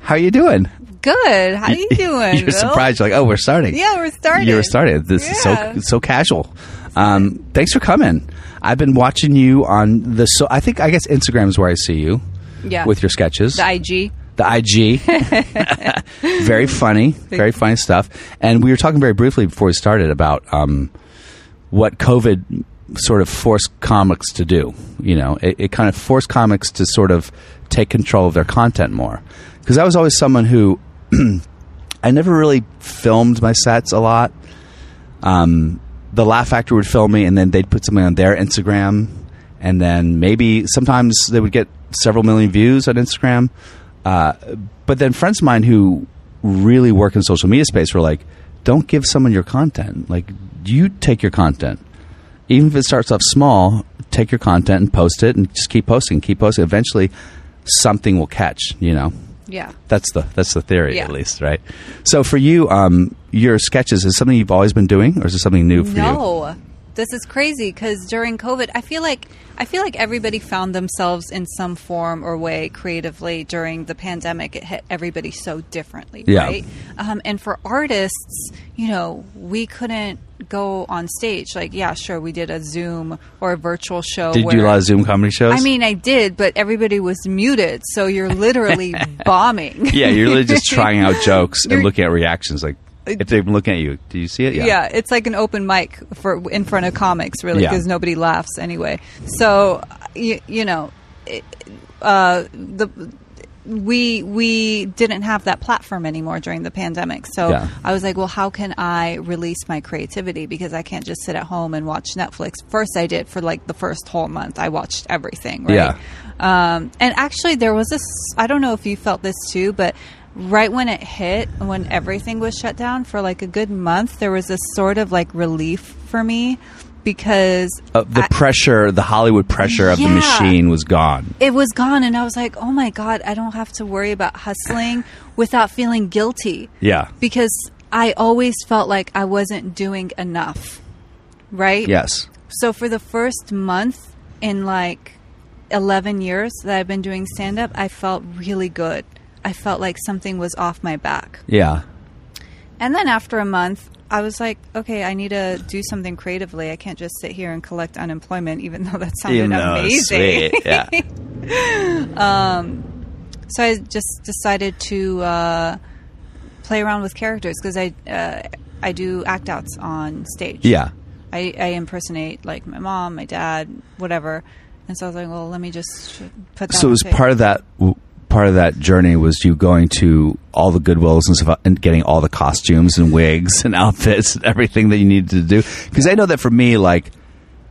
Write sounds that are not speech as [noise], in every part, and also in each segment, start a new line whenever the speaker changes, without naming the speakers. How you doing?
Good. How you
[laughs]
doing?
You're
Will?
surprised. You're like, oh, we're starting.
Yeah, we're starting.
You're starting. This is so
Yeah.
it's so casual. Um, thanks for coming. I've been watching you on the so. I think I guess Instagram is where I see you.
Yeah.
With your sketches,
The IG.
the IG. very funny, very funny stuff. And we were talking very briefly before we started about um, what COVID sort of forced comics to do. You know, it, it kind of forced comics to sort of take control of their content more. Because I was always someone who I never really filmed my sets a lot. Um, the Laugh Factory would film me, and then they'd put something on their Instagram, and then maybe sometimes they would get several million views on Instagram. Uh, but then friends of mine who really work in social media space were like, "Don't give someone your content. Like, you take your content, even if it starts off small. Take your content and post it, and just keep posting, keep posting. Eventually, something will catch. You know."
Yeah.
That's the that's the theory
Yeah.
at least, right? So for you, um, your sketches is something you've always been doing, or is it something new for you?
No, this is crazy because during COVID, I feel like I feel like everybody found themselves in some form or way creatively during the pandemic. It hit everybody so differently,
Yeah.
right? Um, and for artists, you know, we couldn't go on stage. Like, yeah, sure, we did a Zoom or a virtual show.
Did you do a
where-
lot of Zoom comedy shows?
I mean, I did, but everybody was muted,
[laughs]
so you're literally bombing.
yeah, you're really
[laughs]
just trying out jokes and
You're- Uh,
looking at reactions. Like if they've been looking at you, do you see it?
yeah. it's like an open mic for in front of comics, really,
Yeah.
because nobody laughs anyway. So you, you know, it, uh, the we we didn't have that platform anymore during the pandemic. So
Yeah.
I was like, well, how can I release my creativity because I can't just sit at home and watch Netflix. First, I did for like the first whole month. I watched everything. Right?
Yeah.
Um, and actually, there was this. I don't know if you felt this too, but right when it hit, when everything was shut down for like a good month, there was this sort of like relief for me because
Uh, the
I-
pressure, the Hollywood pressure of the
Yeah.
machine was gone.
it was gone, and I was like, oh my god, I don't have to worry about hustling without feeling guilty
Yeah.
because I always felt like I wasn't doing enough. Right?
Yes.
So for the first month in like 11 years that I've been doing stand up, I felt really good. I felt like something was off my back.
Yeah.
And then after a month, I was like, okay, I need to do something creatively. I can't just sit here and collect unemployment, even though that sounded amazing. [laughs]
sweet. Yeah.
so I just decided to uh, play around with characters because I uh, I do act outs on stage.
yeah.
I, I impersonate like my mom, my dad, whatever. And so I was like, well, let me just put that.
So it was part of that. Part of that journey was you going to all the Goodwills and stuff uh, and getting all the costumes and wigs and [laughs] outfits and everything that you needed to do. Because I know that for me, like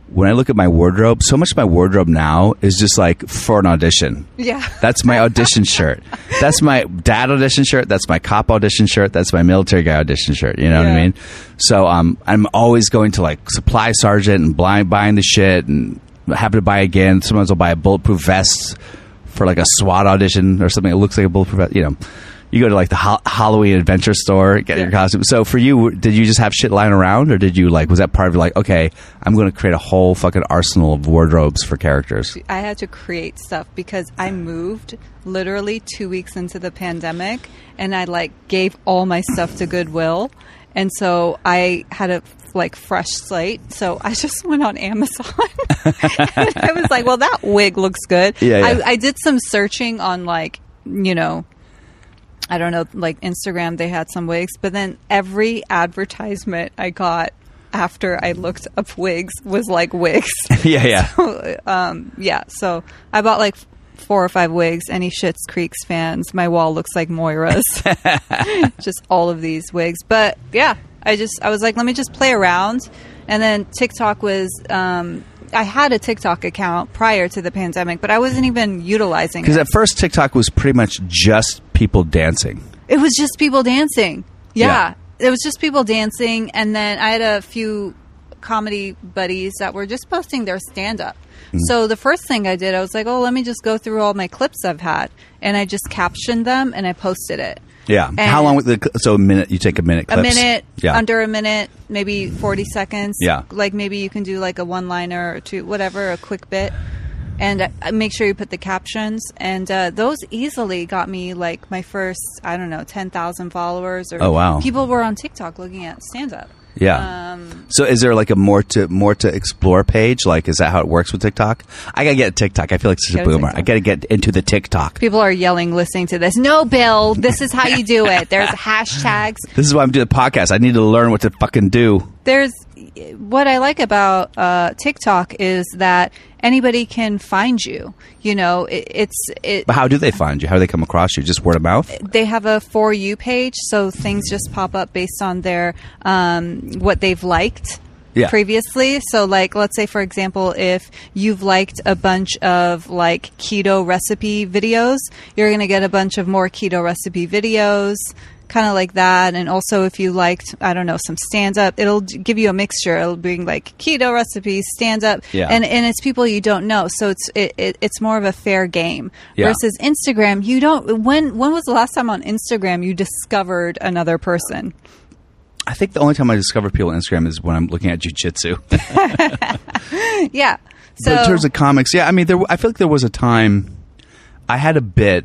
when I look at my wardrobe, so much of my wardrobe now is just like for an audition. [laughs]
Yeah.
That's my audition shirt. That's my dad audition shirt. That's my cop audition shirt. That's my military guy audition shirt. You know what I
Yeah.
mean? So um, I'm always going to like supply sergeant and blind buying the shit and happy to buy again. Sometimes I'll buy a bulletproof vest for like a SWAT audition or something that looks like a bulletproof vest. You know, you go to like the ha- Halloween adventure store, get your costume. So for you, w- did you just have shit lying around or did you like, was that part of like, okay, I'm going to create a whole fucking arsenal of wardrobes for characters?
I had to create stuff because I moved literally two weeks into the pandemic, and I like gave all my stuff to Goodwill, and so I had a like fresh slate. So I [laughs] just went on Amazon, [laughs] and I was like, well, that wig looks good.
Yeah, yeah.
I, I did some searching on like you know I don't know, like Instagram, they had some wigs, but then every advertisement I got after I looked up wigs was like wigs.
yeah, yeah.
um, yeah, so I bought like f- four or five wigs, any Shits Creeks fans. My wall looks like Moira's. just all of these wigs. But yeah, I just, I was like, let me just play around. And then TikTok was, um, I had a TikTok account prior to the pandemic, but I wasn't even utilizing it.
Because at first TikTok was pretty much just people dancing.
It was just people dancing. Yeah. It was just people dancing. And then I had a few comedy buddies that were just posting their stand up. So the first thing I did, I was like, oh, let me just go through all my clips I've had. And I just captioned them and I posted it.
Yeah.
And-
How long? Would the, so a minute. You take a minute.
A
Clips.
minute,
Yeah.
under a minute, maybe 40 seconds.
Yeah.
Like maybe you can do like a one liner or two, whatever, a quick bit. And uh, make sure you put the captions. And uh, those easily got me like my first, I don't know, 10,000 followers. Or
Oh, wow.
People were on TikTok looking at stand up.
Yeah.
Um,
so is there like a more to more to explore page? Like, is that how it works with TikTok? I gotta get a TikTok. I feel like such a
Get a
boomer.
TikTok.
I gotta get into the TikTok.
people are yelling listening to this. No, Bill, this is how you
[laughs]
do it. There's hashtags.
This is why I'm doing the podcast. I need to learn what to fucking do.
there's what I like about uh, TikTok is that anybody can find you. You know, it, it's it.
But how do they find you? How do they come across you? Just word of mouth?
They have a for you page, so things just pop up based on their um, what they've liked.
Yeah.
Previously, so like, let's say for example, if you've liked a bunch of like keto recipe videos, you're gonna get a bunch of more keto recipe videos, kind of like that. And also, if you liked, I don't know, some stand up, it'll d- give you a mixture. It'll bring like keto recipes, stand up,
Yeah.
and and it's people you don't know, so it's it, it, it's more of a fair game
Yeah.
versus Instagram. You don't when when was the last time on Instagram you discovered another person? [laughs]
I think the only time I discover people on Instagram is when I'm looking at jujitsu.
Yeah. So
but in terms of comics, yeah, I mean, there. I feel like there was a time I had a bit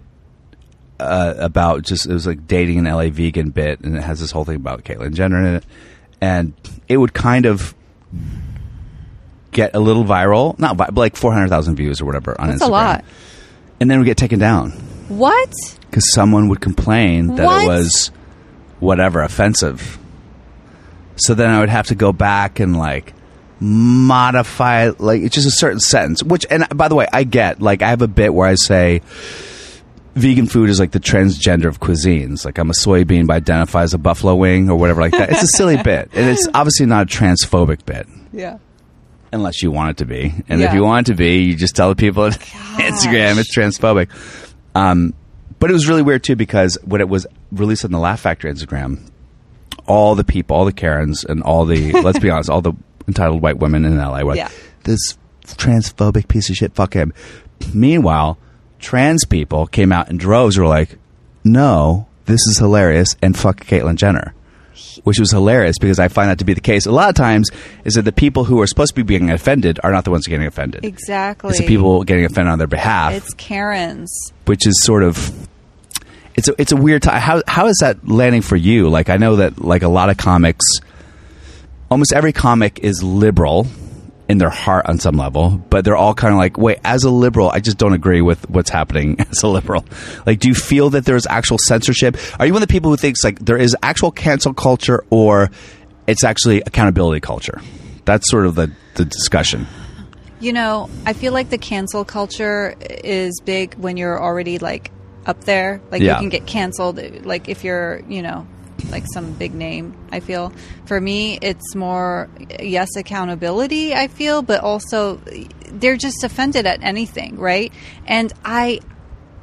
uh, about just it was like dating an LA vegan bit, and it has this whole thing about Caitlyn Jenner in it, and it would kind of get a little viral, not vi- but like four hundred thousand views or whatever on
that's
Instagram,
a lot.
and then it would get taken down
What?
because someone would complain that it
What?
was whatever offensive. So then I would have to go back and like modify it, like it's just a certain sentence. Which and by the way, I get like I have a bit where I say vegan food is like the transgender of cuisines. Like I'm a soybean, but I identify as a buffalo wing or whatever like that. It's a silly bit, and it's obviously not a transphobic bit.
Yeah.
Unless you want it to be. And if
Yeah.
you want it to be, you just tell the people
[laughs]
on [laughs] Instagram it's transphobic. Um, but it was really weird too because when it was released on the Laugh Factory Instagram, all the people, all the Karens, and all
[laughs]
the, let's be honest, all the entitled white women in LA were like,
Yeah.
this transphobic piece of shit, fuck him. Meanwhile, trans people came out in droves and were like, no, this is hilarious, and fuck Caitlyn Jenner which was hilarious because I find that to be the case a lot of times is that the people who are supposed to be being offended are not the ones getting offended.
Exactly.
It's the people getting offended on their behalf,
It's Karens.
which is sort of it's a it's a weird time. How how is that landing for you? Like I know that like a lot of comics, almost every comic is liberal in their heart on some level, but they're all kind of like, wait, as a liberal, I just don't agree with what's happening [laughs] as a liberal. Like, do you feel that there's actual censorship? Are you one of the people who thinks like there is actual cancel culture or it's actually accountability culture? That's sort of the, the discussion.
You know, I feel like the cancel culture is big when you're already like up there. Like
Yeah.
you can get canceled like if you're, you know, like some big name, I feel. For me, it's more yes, accountability, I feel, but also they're just offended at anything, right? And I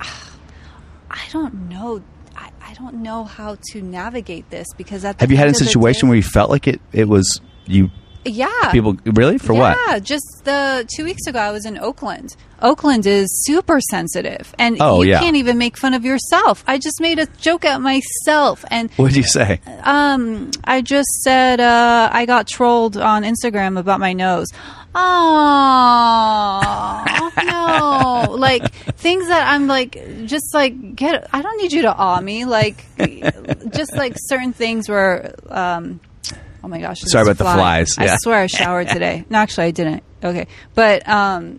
I don't know I, I don't know how to navigate this because at the
Have you had a
end of the
situation
day-
where you felt like it, it was you
yeah
people really for what?
Yeah, just the two weeks ago I was in Oakland. Oakland is super sensitive, and
Oh,
you
yeah.
can't even make fun of yourself. I just made a joke at myself, and
[laughs] What did you say?
um, I just said uh, I got trolled on Instagram about my nose. Oh
[laughs]
no! Like things that I'm like, just like get. I don't need you to awe me. Like, just like certain things where. Um, oh my gosh! this
Sorry
is
about the flies,
I
yeah.
swear I showered
[laughs]
today. No, actually I didn't. Okay, but um,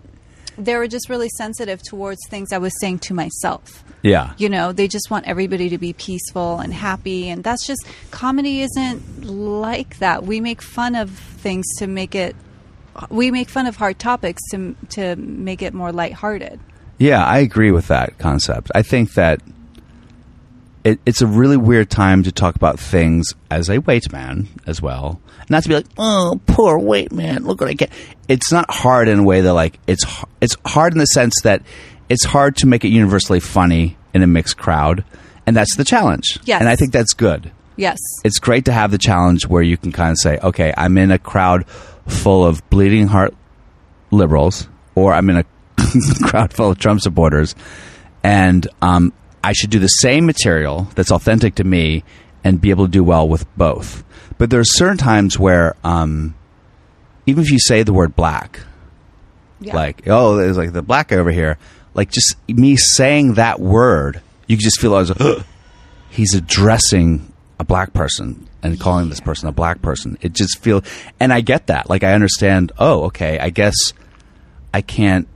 they were just really sensitive towards things I was saying to myself
Yeah.
you know they just want everybody to be peaceful and happy and that's just comedy isn't like that we make fun of things to make it we make fun of hard topics to to make it more lighthearted
Yeah, I agree with that concept. I think that it, it's a really weird time to talk about things as a white man as well. Not to be like, oh, poor white man, look what I get. It's not hard in a way that like it's h- it's hard in the sense that it's hard to make it universally funny in a mixed crowd, and that's the challenge.
Yes.
and I think that's good.
Yes.
it's great to have the challenge where you can kind of say, okay, I'm in a crowd full of bleeding heart liberals, or I'm in a [laughs] crowd full of Trump supporters, and um, I should do the same material that's authentic to me and be able to do well with both. But there are certain times where, um, even if you say the word black,
Yeah.
like oh there's like the black guy over here like just me saying that word you can just feel as a, [gasps] he's addressing a black person and calling this person a black person it just feel and i get that like i understand oh okay i guess i can't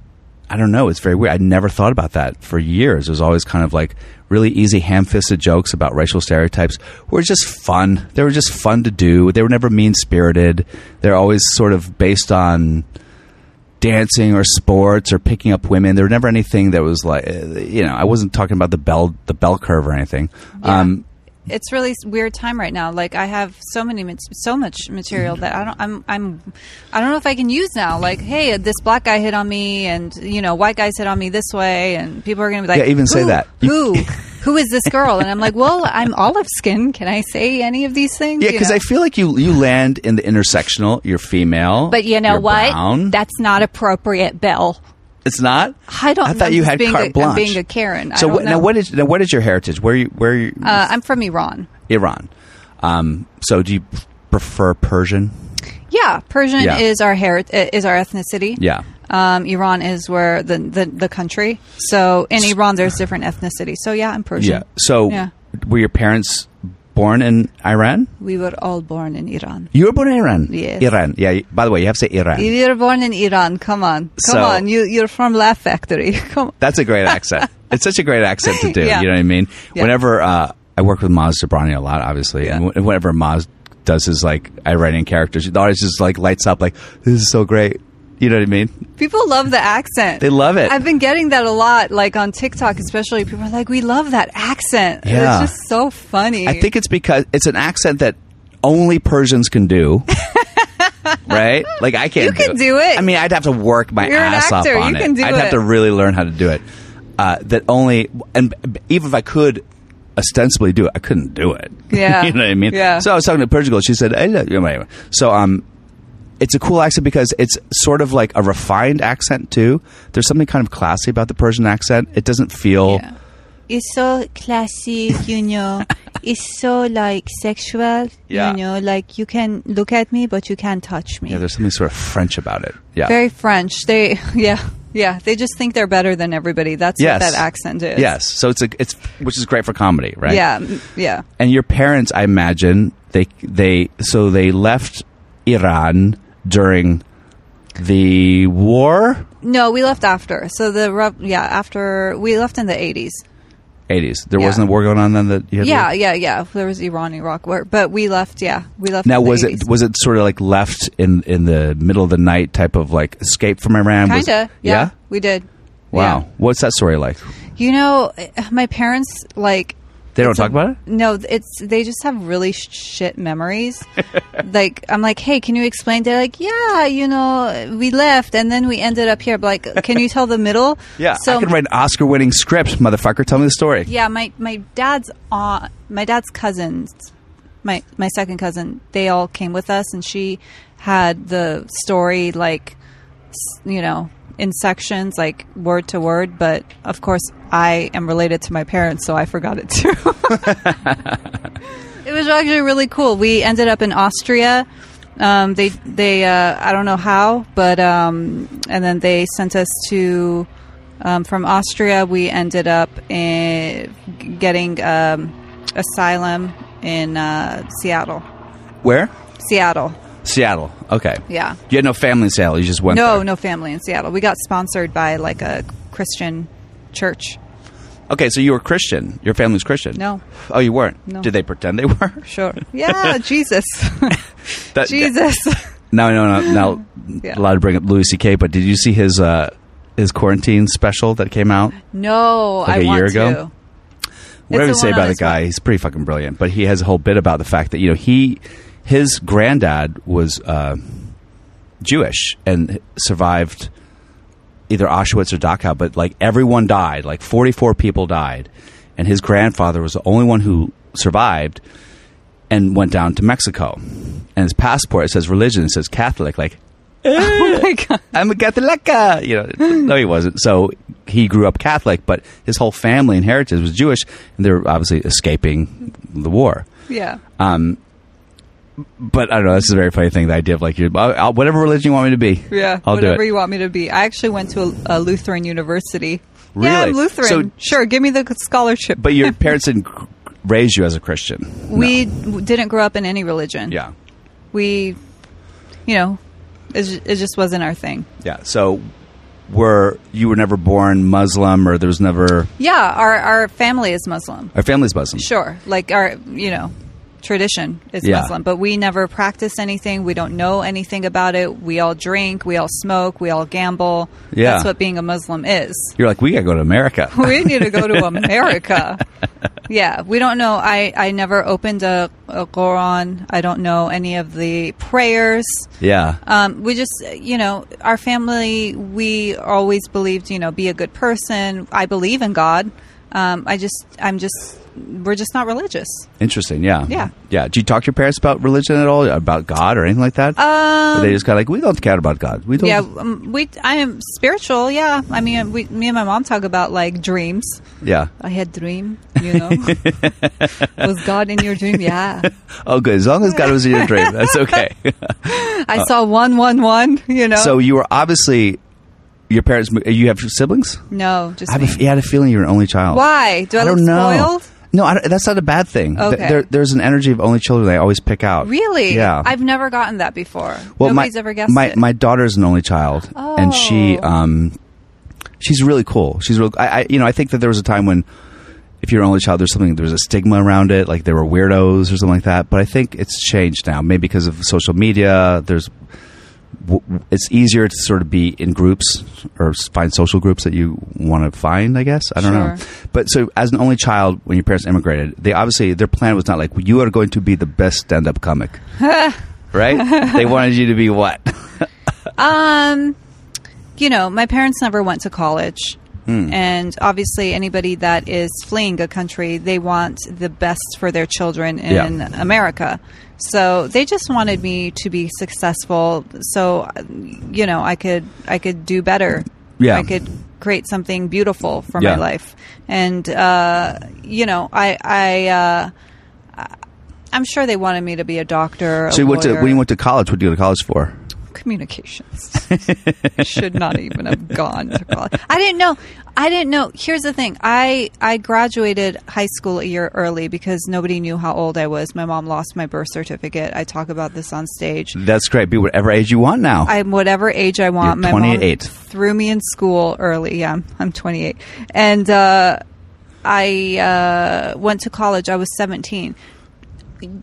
i don't know it's very weird i never thought about that for years it was always kind of like really easy ham-fisted jokes about racial stereotypes were just fun they were just fun to do they were never mean-spirited they're always sort of based on dancing or sports or picking up women. There was never anything that was like, uh, you know, I wasn't talking about the bell the bell curve or anything. Um,
it's really s- weird time right now. Like I have so many mat- so much material that I don't I'm I'm I don't know if I can use now. Like hey, this black guy hit on me, and you know white guys hit on me this way, and people are gonna be like,
Yeah, even say
"Who-
that.
who who is this girl? And I'm like, well, I'm olive skin. Can I say any of these things?
yeah,
You
because
know?
I feel like you you land in the intersectional. You're female,
But you know
you're
what?
Brown.
That's not appropriate, Bill.
it's not.
I don't.
I
know.
thought you
I'm
had
being
carte
a,
blanche.
I'm being a Karen. I
So
don't
what, now
know.
what is now what is your heritage? Where you where you
Uh, I'm from Iran.
Iran? Um, so do you prefer Persian?
Yeah, Persian
Yeah.
is our heri- uh, is our ethnicity.
Yeah.
Um, Iran is where the, the the country. So in Iran, there's different ethnicity. So yeah, I'm Persian.
Yeah. So
Yeah.
were your parents born in Iran?
we were all born in Iran.
You were born in Iran.
Yes.
Iran. Yeah. By the way, you have to say Iran.
You were born in Iran. Come on, come
So-
on. You you're from Laugh Factory. [laughs] Come on.
That's a great
[laughs]
accent. it's such a great accent to do.
Yeah.
You know what I mean?
Yeah.
Whenever uh, I work with Maz Zabrani a lot, obviously, and wh- whenever Maz does his like Iranian characters, the audience just like lights up, like this is so great. You know what I mean?
People love the accent.
They love it.
I've been getting that a lot, like on TikTok, especially. People are like, "We love that accent.
Yeah.
It's just so funny."
I think it's because it's an accent that only Persians can
[laughs]
do. right? Like I can't.
You can do it.
I mean, I'd have to work my
You're an
ass
actor.
off on
You
it.
can do
I'd have
it.
to really learn how to do it. Uh, that only, and b- even if I could ostensibly do it, I couldn't do it. [laughs]
Yeah.
you know what I mean.
Yeah.
So I was talking to a Persian girl. She said, "I love you." Anyway, So um, it's a cool accent because it's sort of like a refined accent too. There's something kind of classy about the Persian accent. It doesn't feel.
Yeah.
It's so classy, you know. it's so like sexual,
Yeah.
you know. Like you can look at me, but you can't touch me.
Yeah, there's something sort of French about it. Yeah.
Very French. They [laughs] yeah yeah. They just think they're better than everybody. That's
yes.
what that accent is.
Yes. So it's a it's which is great for comedy, right?
Yeah m- yeah.
And your parents, I imagine, they they so they left Iran during the war
No, we left after. So the rev- yeah after we left in the eighties.
eighties. There
Yeah.
wasn't a war going on then that you had to-
Yeah yeah yeah. There was Iran Iraq war, but we left. Yeah, we left.
Now
in the
was
80s.
it was it sort of like left in in the middle of the night type of like escape from Iran? Was-
kinda yeah, we did.
Wow.
Yeah.
What's that story like?
You know, eh, my parents like
They don't
it's a-
talk about it.
No, it's they just have really sh- shit
[laughs]
memories. like I'm like, hey, can you explain? They're like, yeah, you know, we left and then we ended up here. But like, can you tell the middle?
[laughs] Yeah,
So
I can write an Oscar-winning script, motherfucker. Tell me the story.
yeah, my my dad's aunt, my dad's cousins, my my second cousin, they all came with us, and she had the story like, s- you know, in sections, like word to word. But of course, I am related to my parents, so I forgot it too. [laughs] it was actually really cool. We ended up in Austria. Um, they they uh, I don't know how, but um, and then they sent us to um, from Austria. We ended up in getting um, asylum in uh, Seattle.
Where?
Seattle.
Seattle. Okay.
Yeah.
You had no family in Seattle. You just went.
No,
there.
no family in Seattle. We got sponsored by like a Christian church.
Okay, so you were Christian. Your family's Christian.
No.
Oh, you weren't.
No.
Did they pretend they [laughs] were?
Sure.
[laughs]
Yeah, Jesus. [laughs]
That- [laughs]
Jesus.
No, no, no. Now
[laughs] Yeah.
allowed to bring up Louis C.K. But did you see his uh, his quarantine special that came out?
no, I
Like a
want
year ago?
to.
Whatever you
the
say
one on
about the
his
guy,
wa-
he's pretty fucking brilliant. But he has a whole bit about the fact that you know he his granddad was uh, Jewish and survived either Auschwitz or Dachau. But like everyone died, like forty four people died, and his grandfather was the only one who survived. and went down to Mexico. And his passport it says religion, it says Catholic. Like
[laughs] Oh my god.
I'm a Catholica. You know, [laughs] no, he wasn't. So he grew up Catholic, but his whole family and heritage was Jewish, and they were obviously escaping the war.
Yeah.
Um, but I don't know. This is a very funny thing. The idea of like, you're, I'll, I'll- whatever religion you want me to be,
Yeah.
I'll
Whatever
do it.
you want me to be. I actually went to a, a Lutheran university. Yeah, I'm
Really?
Lutheran.
So-
sure, give me the scholarship.
But your parents didn't gr- raise you as a Christian.
we w- didn't grow up in any religion.
Yeah,
We, you know, it, ju- it just wasn't our thing.
yeah. So were you were never born Muslim, or there was never
Yeah, our our family is Muslim.
our family's Muslim.
Sure, like our you know tradition is
Yeah.
Muslim, but we never practice anything. We don't know anything about it. We all drink. We all smoke. We all gamble.
Yeah.
that's what being a Muslim is.
You're like, we gotta go to
[laughs]
America.
We need to go to America. yeah, we don't know. I, I never opened a, a Quran. I don't know any of the prayers.
yeah,
Um, we just, you know, our family, we always believed, you know, be a good person. I believe in God. Um, I just, I'm just, we're just not religious.
interesting. Yeah,
Yeah.
yeah. Do you talk to your parents about religion at all, about God or anything like that? Or
Um,
they just kind of like, we don't care about God. We don't.
yeah, um, we, I am spiritual. Yeah. I mean, we, me and my mom talk about like dreams.
yeah.
I had dream, you know. Was God in your dream? Yeah.
Oh, good. As long as God was in your dream,
[laughs]
that's okay.
I saw one, one, one. You know.
Uh, so you were obviously your parents. mo- You have siblings.
no, just
I have a,
me.
f- yeah, I had a feeling you were an only child.
Why do I,
I
look
don't know.
spoiled?
No, I don't- that's not a bad thing. Th-
Okay.
there- there's an energy of only children they always pick out.
Really?
Yeah.
I've never gotten that before. Nobody's
my,
ever guessed
my,
it.
My daughter's an only child, and she
Oh.
um, she's really cool. She's real. I, I you know I think that there was a time when if you're an only child, there's something there was a stigma around it, like there were weirdos or something like that. But I think it's changed now, maybe because of social media. There's w- w- it's easier to sort of be in groups or s- find social groups that you want to find. I guess I don't know.
Sure.
But so as an only child, when your parents immigrated, they obviously their plan was not like you are going to be the best stand-up comic.
[laughs]
Right? they wanted you to be what?
Um, you know, my parents never went to college.
Hmm.
And obviously, anybody that is fleeing a country, they want the best for their children in
Yeah.
America. So they just wanted me to be successful, so you know I could I could do better.
Yeah.
I could create something beautiful for
Yeah.
my life. And uh, you know, I I uh, I- I'm sure they wanted me to be a doctor. a
So you went to
lawyer
when you went to college, what did you go to college for?
communications [laughs] should not even have gone to college. I didn't know. I didn't know. Here's the thing. I I graduated high school a year early because nobody knew how old I was. My mom lost my birth certificate. I talk about this on stage.
That's great. Be whatever age you want now.
I'm whatever age I want.
You're
my mom
28.
threw me in school early. Yeah, I'm, I'm 28, and uh, I uh, went to college. I was 17.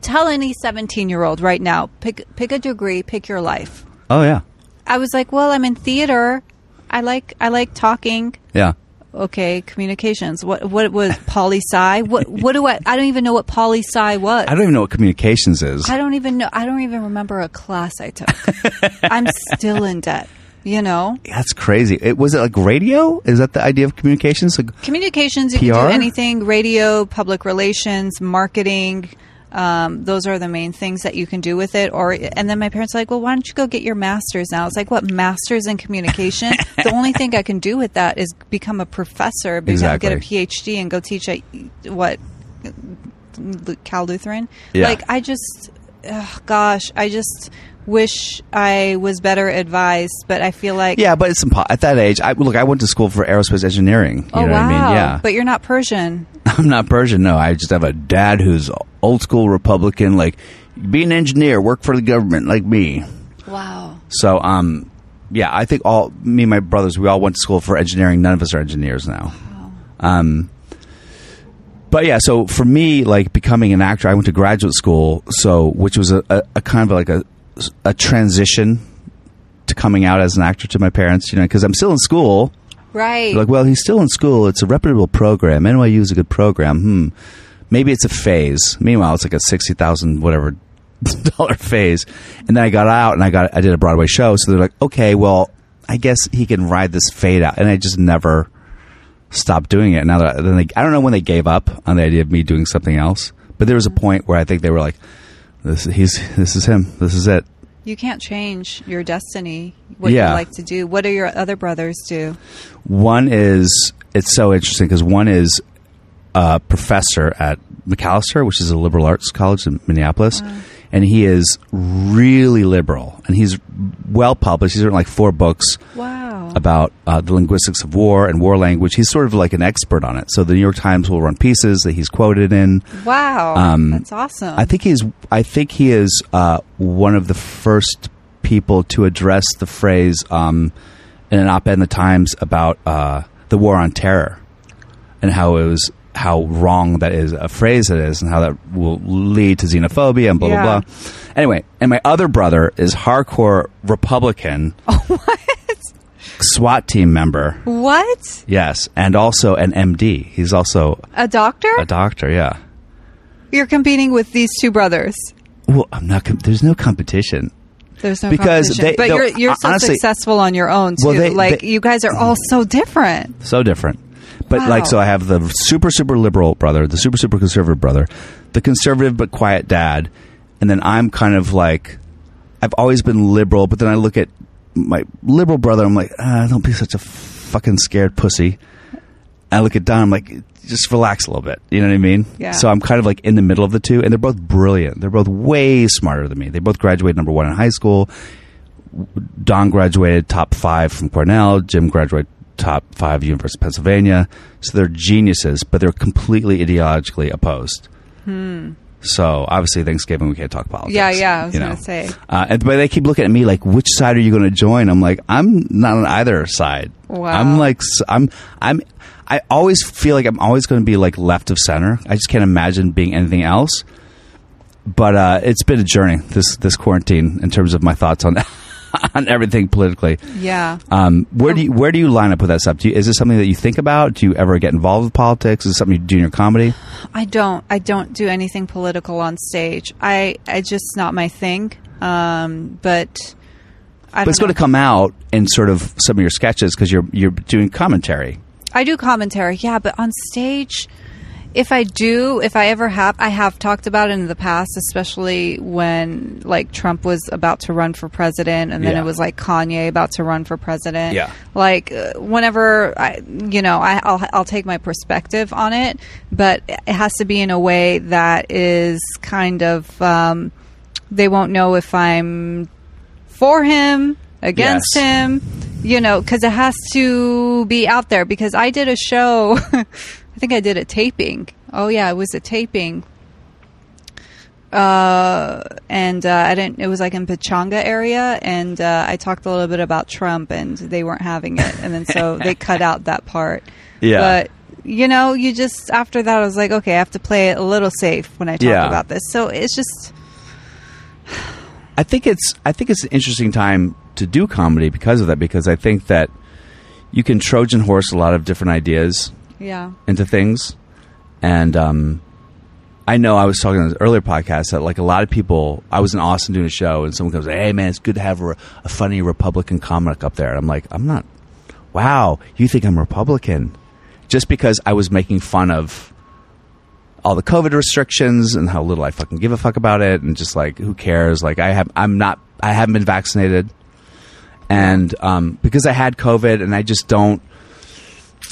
Tell any 17 year old right now, pick pick a degree, pick your life.
oh yeah,
I was like, well, I'm in theater. I like I like talking.
yeah.
Okay, communications. What
[laughs]
what was poli sci? What what do I? I don't even know what poli sci was.
I don't even know what communications is.
I don't even know. I don't even remember a class I took. I'm still in debt. You know,
That's crazy. It was it like radio? Is that the idea of communications? Like,
communications. You can
PR?
do anything: radio, public relations, marketing. Um, those are the main things that you can do with it. Or and then my parents are like, well, why don't you go get your master's now? It's like, what master's in communication? the
[laughs]
only thing I can do with that is become a professor, become, get a
Exactly.
PhD, and go teach at what Lu- Cal Lutheran.
Yeah.
Like I just, ugh, gosh, I just wish I was better advised, but I feel like
yeah, but it's impo- at that age. I, look, I went to school for aerospace engineering. You
Oh
know
wow!
what I mean? Yeah,
But you're not Persian.
[laughs] I'm not Persian. No, I just have a dad who's old school Republican. Like, be an engineer, work for the government, like me.
Wow.
So, um, yeah, I think all me and my brothers, we all went to school for engineering. None of us are engineers now. Um, but yeah, so for me, like becoming an actor, I went to graduate school, so which was a, a, a kind of like a a transition to coming out as an actor to my parents, you know, because I'm still in school.
Right.
They're like, well, he's still in school. It's a reputable program. NYU is a good program. Hmm. Maybe it's a phase. Meanwhile, it's like a sixty thousand whatever [laughs] dollar phase. And then I got out and I got I did a Broadway show. So they're like, okay, well, I guess he can ride this fade out. And I just never stopped doing it. Now that then they, I don't know when they gave up on the idea of me doing something else. But there was a point where I think they were like, "This he's this is him. This is it."
You can't change your destiny, what
Yeah.
you like to do. What do your other brothers do?
One is it's so interesting because one is a professor at McAllister, which is a liberal arts college in Minneapolis, and he is really liberal and he's well published. He's written like four books
Wow.
about uh, the linguistics of war and war language. He's sort of like an expert on it. So the New York Times will run pieces that he's quoted in.
Wow.
Um,
That's awesome.
I think he's. I think he is uh, one of the first people to address the phrase um, in an op-ed in the Times about uh, the war on terror and how it was how wrong that is a phrase that is and how that will lead to xenophobia and blah
Yeah.
blah blah. Anyway, and my other brother is hardcore Republican. what? SWAT team member,
what?
yes, and also an MD. He's also
A doctor?
a doctor. Yeah.
You're competing with these two brothers.
Well, I'm not. Com- there's no competition.
There's no
Because
competition.
they-
but
they'll-
you're you're so
honestly-
successful on your own too.
Well, they-
like
they-
you guys are all so different.
so different. But
Wow.
like, so I have the super super liberal brother, the super super conservative brother, the conservative but quiet dad, and then I'm kind of like, I've always been liberal, but then I look at my liberal brother, I'm like, ah, don't be such a fucking scared pussy. I look at Don, I'm like, just relax a little bit. You know what I mean?
Yeah.
So I'm kind of like in the middle of the two, and they're both brilliant. They're both way smarter than me. They both graduated number one in high school. Don graduated top five from Cornell. Jim graduated top five University of Pennsylvania. So they're geniuses, but they're completely ideologically opposed. So obviously Thanksgiving we can't talk politics.
Hmm. Yeah, yeah, I was
you
gonna
know.
say.
Uh, and, but they keep looking at me like, which side are you going to join? I'm like, I'm not on either side.
Wow.
I'm like, s- I'm, I'm, I always feel like I'm always going to be like left of center. I just can't imagine being anything else. But uh, it's been a journey this this quarantine in terms of my thoughts on [laughs] on everything politically.
Yeah.
Um, where do you where do you line up with that stuff? Do you, is this something that you think about? Do you ever get involved with politics? Is it something you do in your comedy?
I don't. I don't do anything political on stage. I. I just not my thing. Um. But. I
But it's
don't
going
know.
to come out in sort of some of your sketches because you're you're doing commentary.
I do commentary, yeah, but on stage, if I do, if I ever have, I have talked about it in the past, especially when like Trump was about to run for president, and then
Yeah.
it was like Kanye about to run for president.
Yeah.
like uh, whenever I, you know, I, I'll I'll take my perspective on it, but it has to be in a way that is kind of um, they won't know if I'm for him, against
Yes.
him, you know, because it has to be out there. Because I did a show, [laughs] I think I did a taping. Oh, yeah, it was a taping. Uh, and uh, I didn't, it was like in Pachanga area, and uh, I talked a little bit about Trump, and they weren't having it. And then so
[laughs]
they cut out that part.
Yeah.
But, you know, you just, after that, I was like, okay, I have to play it a little safe when I talk
Yeah.
about this. So it's just,
I think it's I think it's an interesting time to do comedy because of that because I think that you can Trojan horse a lot of different ideas
yeah.
into things, and um, I know I was talking on this earlier podcast that like a lot of people I was in Austin doing a show and someone comes hey man it's good to have a, a funny Republican comic up there and I'm like I'm not wow you think I'm Republican just because I was making fun of all the COVID restrictions and how little I fucking give a fuck about it, and just like who cares? Like I have, I'm not, I haven't been vaccinated, and um, because I had COVID, and I just don't,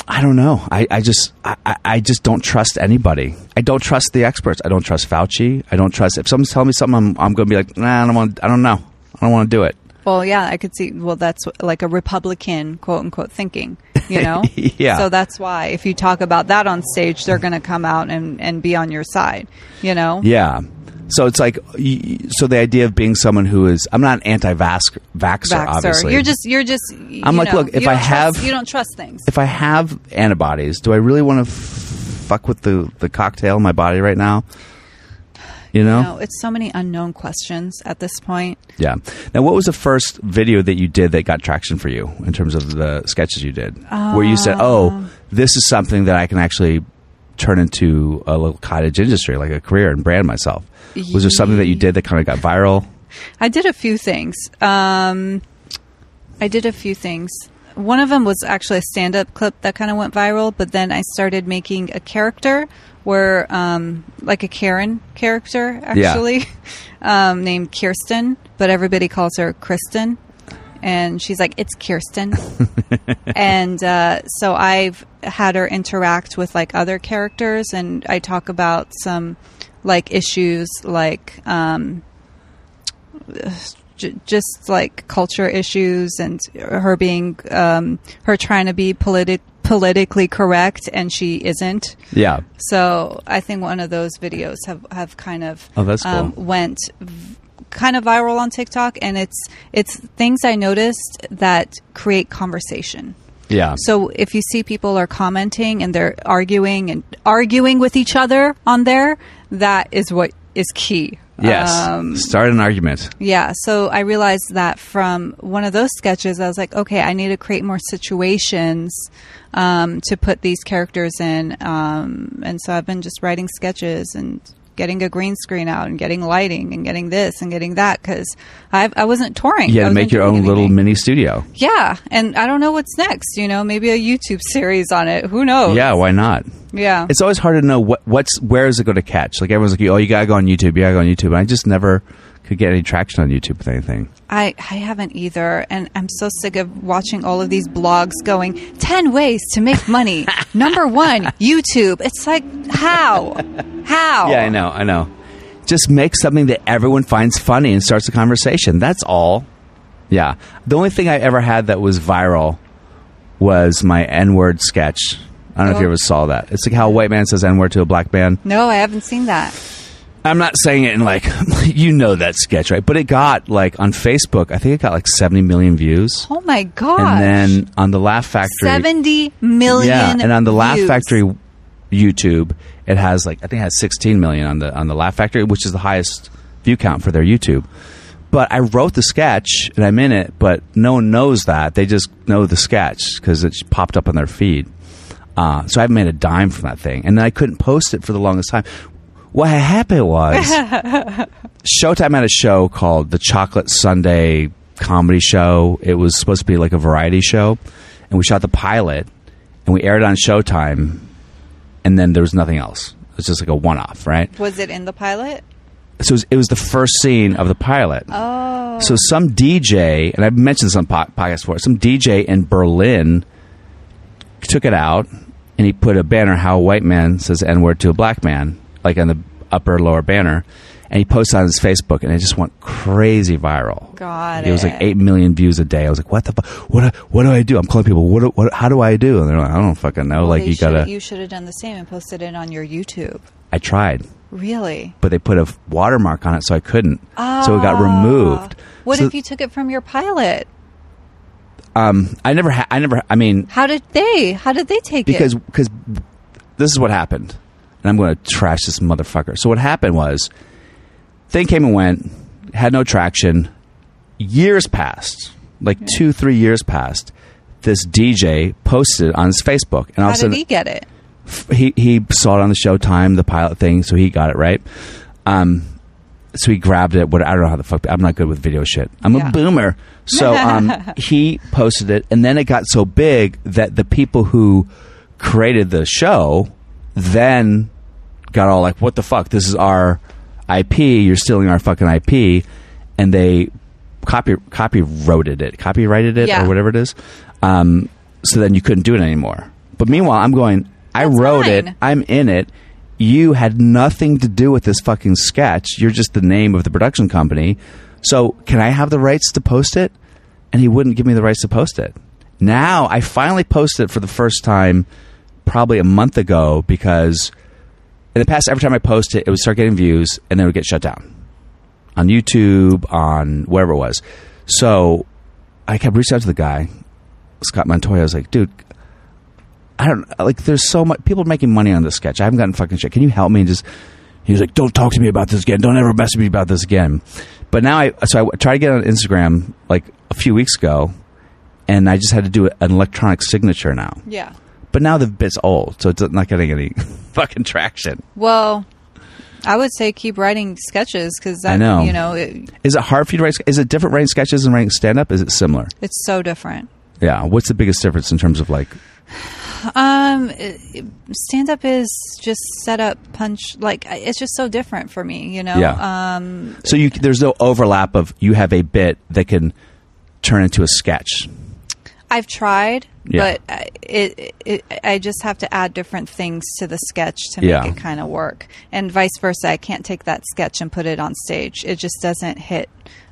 I don't know, I, I just, I, I- I just don't trust anybody. I don't trust the experts. I don't trust Fauci. I don't trust if someone's telling me something, I'm, I'm going to be like, nah, I don't want, I don't know, I don't want to do it.
Well, yeah, I could see. Well, that's what- like a Republican quote unquote thinking,
[laughs]
you know?
Yeah.
So that's why if you talk about that on stage, they're going to come out and, and be on your side, you know?
Yeah. So it's like, y- y- so the idea of being someone who is, I'm not an anti-vaxxer, vaxxer,
Vaxxer.
obviously.
You're just, you're just, y-
I'm
you
like,
know,
look, if
you
I
don't
have-
trust- you don't trust things.
if I have antibodies, do I really want to f- fuck with the, the cocktail in my body right now? You know?
you know, it's so many unknown questions at this point.
Yeah. Now, what was the first video that you did that got traction for you in terms of the sketches you did? where you said,
Um.
oh, this is something that I can actually turn into a little cottage industry, like a career and brand myself. Was there something that you did that kind of got viral?
I did a few things. Um, I did a few things. One of them was actually a stand up clip that kind of went viral, but then I started making a character where um, like a Karen character actually [laughs] um, named Kirsten, but everybody calls her Kristen, and she's like, "It's Kirsten." and uh, so I've had her interact with like other characters, and I talk about some like issues like um, j- just like culture issues and her being um, her trying to be politi- politically correct and she isn't.
Yeah.
So I think one of those videos have, have kind of um,
Oh, that's cool.
went v- kind of viral on TikTok, and it's it's things I noticed that create conversation.
Yeah.
So if you see people are commenting and they're arguing and arguing with each other on there, that is what is key.
yes.
Um,
Start an argument.
yeah, so I realized that from one of those sketches, I was like, okay, I need to create more situations um, to put these characters in. Um, and so I've been just writing sketches and getting a green screen out and getting lighting and getting this and getting that because I wasn't touring.
You
I
had to
wasn't
make your
doing
own little
anything.
mini studio.
yeah, and I don't know what's next. You know, maybe a YouTube [laughs] series on it. Who knows?
Yeah, why not?
yeah.
It's always hard to know what what's where is it going to catch. Like everyone's like, oh, you gotta go on YouTube, you gotta go on YouTube. And I just never could get any traction on YouTube with anything.
I, I haven't either. And I'm so sick of watching all of these blogs going 10 ways to make money.
[laughs]
Number one, YouTube. It's like, how? How?
Yeah, I know, I know. Just make something that everyone finds funny and starts a conversation. That's all. Yeah. The only thing I ever had that was viral was my N word sketch. I don't know if you
Oh.
ever saw that. It's like how a white man says N word to a black man.
No, I haven't seen that.
I'm not saying it in like, [laughs] you know that sketch, right? But it got like on Facebook, I think it got like 70 million views.
Oh my gosh.
And then on the Laugh Factory.
70 million.
Yeah, and on the Laugh
views.
Factory YouTube, it has like I think it has 16 million on the on the Laugh Factory, which is the highest view count for their YouTube. But I wrote the sketch and I'm in it, but no one knows that. They just know the sketch because it popped up on their feed. Uh, so I haven't made a dime from that thing, and then I couldn't post it for the longest time. What happened
[laughs]
was. Showtime had a show called the Chocolate Sunday Comedy Show. It was supposed to be like a variety show, and we shot the pilot and we aired it on Showtime, and then there was nothing else. It was just like a one-off, right?
Was it in the pilot?
So it was, it was the first scene of the pilot. Oh. So some DJ, and I've mentioned some po- podcast before, some DJ in Berlin took it out and he put a banner how a white man says N word to a black man, like on the upper lower banner. And he posted on his Facebook and it just went crazy viral.
Got
It was like
it.
8 million views a day. I was like, what the fuck? What, do- what do I do? I'm calling people, what, do- what, how do I do? And they're like, I don't fucking know. like,
They
you
should-
gotta.
You should have done the same and posted it on your YouTube.
I tried
Really?
but they put a f- watermark on it, so I couldn't. So it got removed.
Ah. What
So
if you took it from your pilot?
I never. Ha- I never. I mean,
How did they? How did they take it?
because because this is what happened, and I'm going to trash this motherfucker. So what happened was, thing came and went, had no traction. Years passed, like two, three years passed. This DJ posted on his Facebook, and all
How
of a
did
sudden
he get it?
he he saw it on the Showtime, the pilot thing, so he got it right. Um, so he grabbed it. What I don't know how the fuck. I'm not good with video shit. I'm
Yeah.
a boomer.
[laughs]
So um, he posted it, and then it got so big that the people who created the show then got all like, "What the fuck? This is our IP. You're stealing our fucking IP," and they copy copywrote it, copyrighted it,
Yeah.
or whatever it is. Um, so then you couldn't do it anymore. But meanwhile, I'm going. I
That's
wrote
fine.
it. I'm in it. You had nothing to do with this fucking sketch. You're just the name of the production company. So can I have the rights to post it? And he wouldn't give me the rights to post it. Now I finally posted it for the first time, probably a month ago, because in the past, every time I post it, it would start getting views and then it would get shut down on YouTube, on wherever it was. So I kept reaching out to the guy, Scott Montoya. I was like, dude, I don't like. There's so much people are making money on this sketch. I haven't gotten fucking shit. Can you help me? And just he was like, don't talk to me about this again. Don't ever mess with me about this again. But now I so I tried to get on Instagram like a few weeks ago, and I just had to do an electronic signature now.
Yeah.
But now the bit's old, so it's not getting any [laughs] fucking traction.
Well, I would say keep writing sketches because
I know.
you know it,
Is it hard for you to write? Is it different writing sketches and writing stand up? Is it similar?
it's so different.
Yeah. What's the biggest difference in terms of like
Um, stand up is just set up punch. Like I- it's just so different for me, you know.
Yeah.
Um,
So you, there's no overlap of you have a bit that can turn into a sketch.
I've tried,
Yeah.
but I- it, it, I just have to add different things to the sketch to make
Yeah.
it kind of work, and vice versa. I can't take that sketch and put it on stage. It just doesn't hit.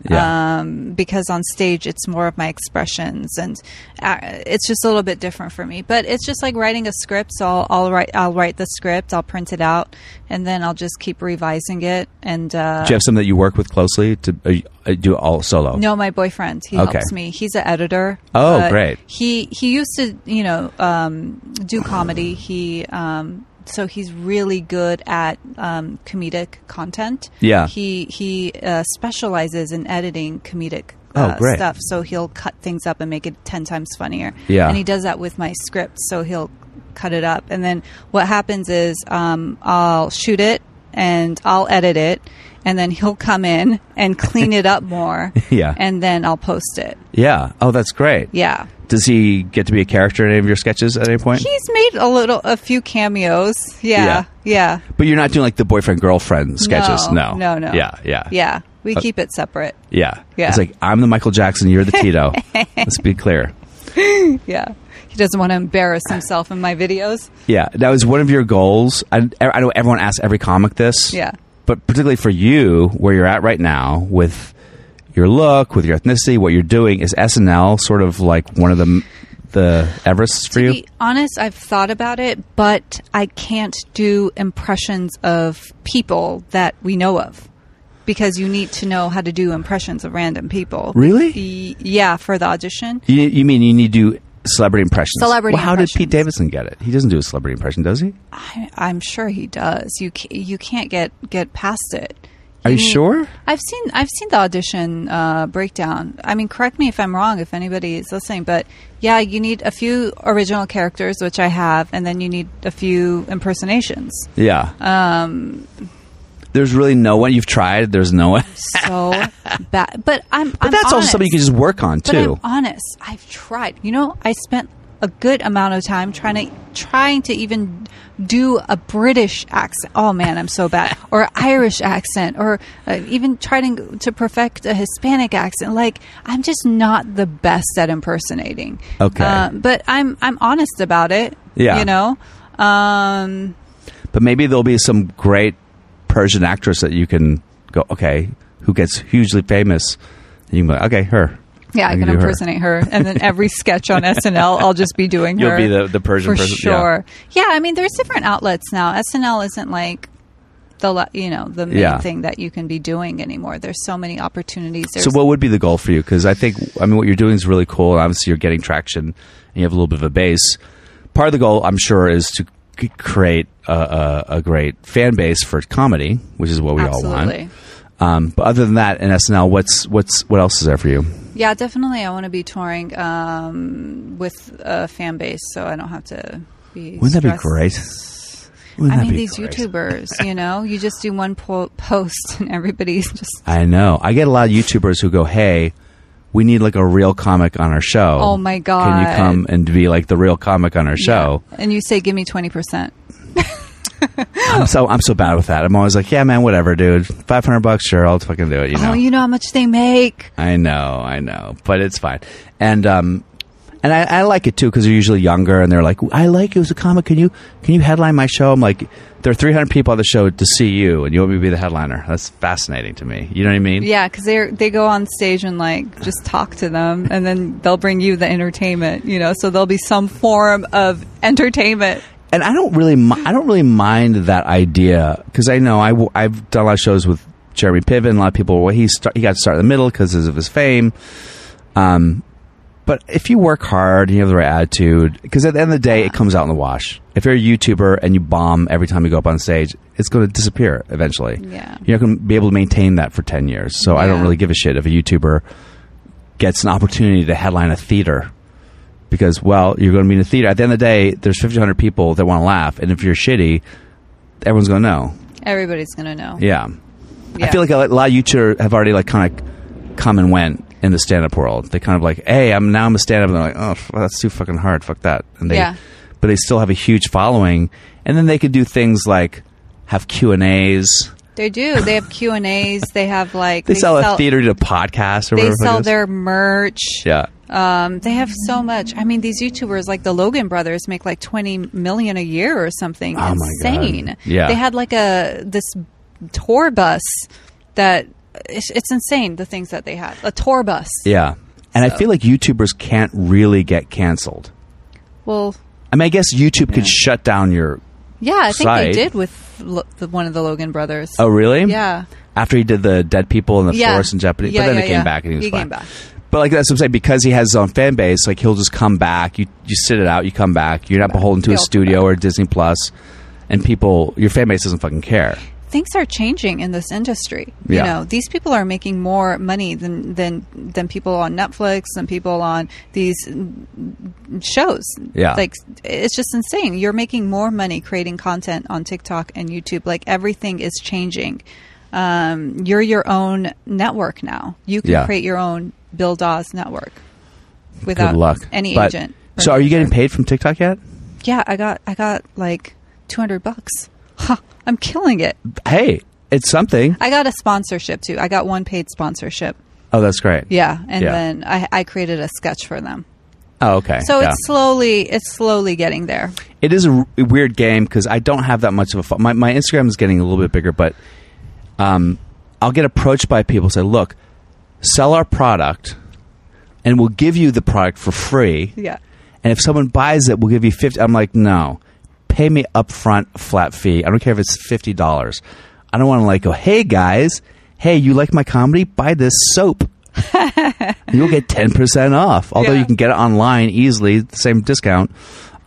Yeah.
Um, because on stage it's more of my expressions, and uh, it's just a little bit different for me. But it's just like writing a script. So I'll, I'll write, I'll write the script, I'll print it out, and then I'll just keep revising it. And uh,
Do you have some that you work with closely to uh, you- uh, do all solo?
no, my boyfriend. He
Okay.
helps me. He's an editor.
Oh,
but
great.
He he used to you know um, do comedy. He um, so he's really good at um, comedic content.
Yeah.
He he uh, specializes in editing comedic.
Oh,
uh,
great.
Stuff so he'll cut things up and make it ten times funnier.
Yeah.
and he does that with my script. So he'll cut it up, and then what happens is um, I'll shoot it and I'll edit it, and then he'll come in and clean it up
[laughs]
more.
Yeah.
and then I'll post it.
Yeah. Oh, that's great.
Yeah.
Does he get to be a character in any of your sketches at any point?
He's made a little, a few cameos.
Yeah.
Yeah, yeah.
but you're not doing like the boyfriend girlfriend sketches. No.
no, no.
Yeah. Yeah.
yeah. We keep it separate.
Yeah.
Yeah.
It's like I'm the Michael Jackson, you're the
[laughs]
Tito. Let's be clear.
Yeah, he doesn't want to embarrass himself in my videos.
Yeah, that was one of your goals. I, I know everyone asks every comic this.
Yeah.
But particularly for you, where you're at right now with your look, with your ethnicity, what you're doing is SNL sort of like one of the the Everests for
To
you.
be honest, I've thought about it, but I can't do impressions of people that we know of because you need to know how to do impressions of random people.
Really?
Y- yeah, for the audition.
you, you mean you need to do celebrity impressions?
Celebrity
Well, how did Pete
impressions.
Davidson get it? He doesn't do a celebrity impression, does he?
I, I'm sure he does. You ca- you can't get get past it.
Are you
need-
sure?
I've seen I've seen the audition uh, breakdown. I mean, correct me if I'm wrong, if anybody is listening, but yeah, you need a few original characters, which I have, and then you need a few impersonations.
Yeah. Um. There's really no one you've tried. There's no
[laughs]
one. [laughs]
So bad, but I'm.
But
I'm
that's also
honest.
something you can just work on
But
too.
I'm honest. I've tried. You know, I spent a good amount of time trying to trying to even do a British accent. Oh man, I'm
[laughs]
so bad. Or Irish accent, or uh, even trying to perfect a Hispanic accent. Like I'm just not the best at impersonating.
Okay.
Uh, but I'm I'm honest about it.
Yeah.
You know. Um.
But maybe there'll be some great Persian actress that you can go, okay, who gets hugely famous. And you can go, okay, her.
Yeah, I, can,
do her.
impersonate her. and
[laughs]
then every sketch on SNL, I'll just be doing
You'll
her.
be the- the Persian
for
person, yeah.
sure. Yeah. I mean, there's different outlets now. SNL isn't like the la- you know the main
Yeah.
thing that you can be doing anymore. There's so many opportunities. There's,
So, what would be the goal for you? Because I think, I mean, what you're doing is really cool. and Obviously, you're getting traction and you have a little bit of a base. Part of the goal, I'm sure, is to c- create a, a, a great fan base for comedy, which is what we all
absolutely.
want. Um, but other than that, in SNL, what's what's what else is there for you?
Yeah, definitely. I want to be touring um, with a fan base, so I don't have to be.
Wouldn't that be
stressed.
great? Wouldn't
I
that
mean,
be
these
great? [laughs]
YouTubers, you know, you just do one po- post and everybody's [laughs] just
I know. I get a lot of YouTubers who go, "Hey, we need like a real comic on our show."
Oh, my
Can you
God.
come and be like the real comic on our show?
And you say, "Give me twenty percent."
I'm so I'm so bad with that. I'm always like, "Yeah, man, whatever, dude. Five hundred bucks, sure, I'll fucking do it." You know.
Oh, you know how much they make.
I know, I know, but it's fine. And um, and I, I like it too because they're usually younger and they're like, "I like you as a comic. Can you can you headline my show?" I'm like, "There are three hundred people on the show to see you, and you want me to be the headliner? That's fascinating to me. You know what I mean?"
Yeah, because they they go on stage and like just talk to them, and then they'll bring you the entertainment. You know, so there'll be some form of entertainment.
and I don't really, mi- I don't really mind that idea because I know I w- I've done a lot of shows with Jeremy Piven. A lot of people, well, he start, he got to start in the middle because of his fame. Um, but if you work hard and you have the right attitude, because at the end of the day, it comes out in the wash. If you're a YouTuber and you bomb every time you go up on stage, it's going to disappear eventually.
Yeah.
you're not going to be able to maintain that for ten years. So I don't
Yeah.
really give a shit if a YouTuber gets an opportunity to headline a theater because well you're going to be in a theater at the end of the day there's 1500 people that want to laugh and if you're shitty everyone's going to know
Everybody's gonna know.
yeah. i
Yeah.
feel like a lot of youtubers have already like kind of come and went in the stand-up world they kind of like hey i'm now i'm a stand-up and they're like oh f- that's too fucking hard fuck that and they
Yeah.
but but they still have a huge following. And then they could do things like have Q and A's.
They do. They have Q and A's. They have like
They, sell, a theater to podcast or
They
whatever. it
sell
is.
their merch.
yeah.
Um, they have so much. I mean, these YouTubers like the Logan brothers make like twenty million a year or something.
Oh, my God.
Insane.
Yeah.
They had like a this tour bus that it's, it's insane. The things that they had a tour bus.
Yeah. And I feel like YouTubers can't really get canceled.
Well,
I mean, I guess YouTube could shut down your.
yeah, I think
Site.
they did with lo- the, one of the Logan brothers.
Oh, really?
yeah.
After he did the dead people in the
Yeah.
forest in Jeopardy,
Yeah,
but then
yeah,
he came
yeah.
back and he was
He
fine.
came back.
But like that's what I'm saying because he has his own fan base. Like he'll just come back. You you sit it out. You come back. You're not beholden to a
He'll come
studio
back.
or Disney Plus, and people your fan base doesn't fucking care.
things are changing in this industry.
Yeah.
You know, these people are making more money than than than people on Netflix and people on these mm, shows.
Yeah.
like it's just insane. You're making more money creating content on TikTok and YouTube. Like everything is changing. Um, you're your own network now. You can
Yeah.
create your own Bill Dawes network without
Good luck.
any
But-
agent. or
So are you getting
manager.
paid from TikTok yet?
Yeah, I got I got like two hundred bucks. [laughs] Huh, I'm killing it.
Hey, it's something.
I got a sponsorship too. I got one paid sponsorship.
Oh, that's great.
Yeah, and
Yeah.
then I, I created a sketch for them.
Oh, okay.
So
Yeah.
it's slowly it's slowly getting there.
it is a r- weird game because I don't have that much of a fo- my my Instagram is getting a little bit bigger, but um, I'll get approached by people say, "Look, sell our product, and we'll give you the product for free."
Yeah.
And if someone buys it, we'll give you fifty. I'm like, no, pay me upfront flat fee. I don't care if it's fifty dollars. I don't want to like go, hey guys, hey, you like my comedy? Buy this
[laughs]
soap. You'll get ten percent off. Although
Yeah.
you can get it online easily, the same discount.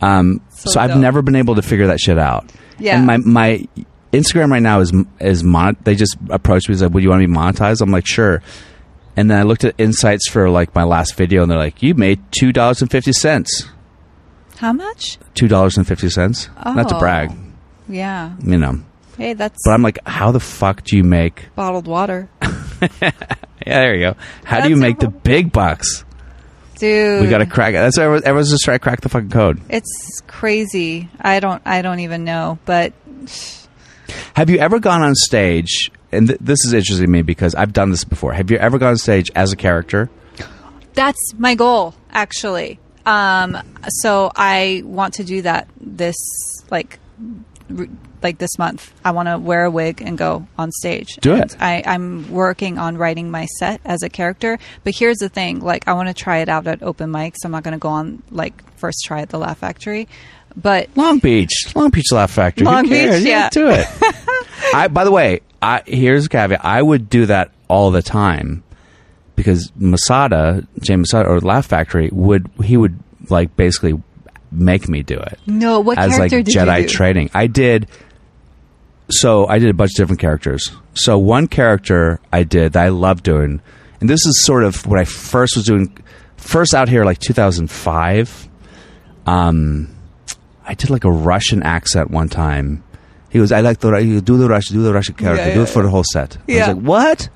Um, so
So
I've
dumb.
never been able to figure that shit out.
Yeah.
And my my Instagram right now is is mon- They just approached me and said, "Would you want to be monetized?" I'm like, sure. And then I looked at insights for like my last video, and they're like, "You made two dollars and fifty cents."
How much?
two dollars and fifty cents. Not to
Oh.
brag,
Yeah.
you know.
Hey, that's
But I'm like, how the fuck do you make?
bottled water,
Yeah, there you go. How do you
That's Mm.
make the
horrible.
big bucks?
dude.
We got to crack it. That's why everyone- everyone's just trying to crack the fucking code.
It's crazy. I don't I don't even know, but
Have you ever gone on stage? And th- this is interesting to me because I've done this before. Have you ever gone on stage as a character?
that's my goal actually. Um, so I want to do that this like r- like this month. I want to wear a wig and go on stage.
Do
And
it.
I, I'm working on writing my set as a character. But here's the thing: like, I want to try it out at open mics. I'm not going to go on like first try at the Laugh Factory, but
Long Beach, Long Beach Laugh Factory. Who
Long Beach,
cares?
yeah.
do
[laughs]
it. I. By the way, I here's a caveat. I would do that all the time because Masada, James Masada, or Laugh Factory would he would like basically make me do it
no. What
as like
character did
Jedi
you do?
training. I did. So I did a bunch of different characters. So one character I did that I loved doing, and this is sort of what I first was doing, first out here like 2005. Um, I did like a Russian accent one time. He goes, "I like the Ru- do the Russian, do the Russian character,
yeah,
do it for the whole set." I
Yeah.
was like, "What?"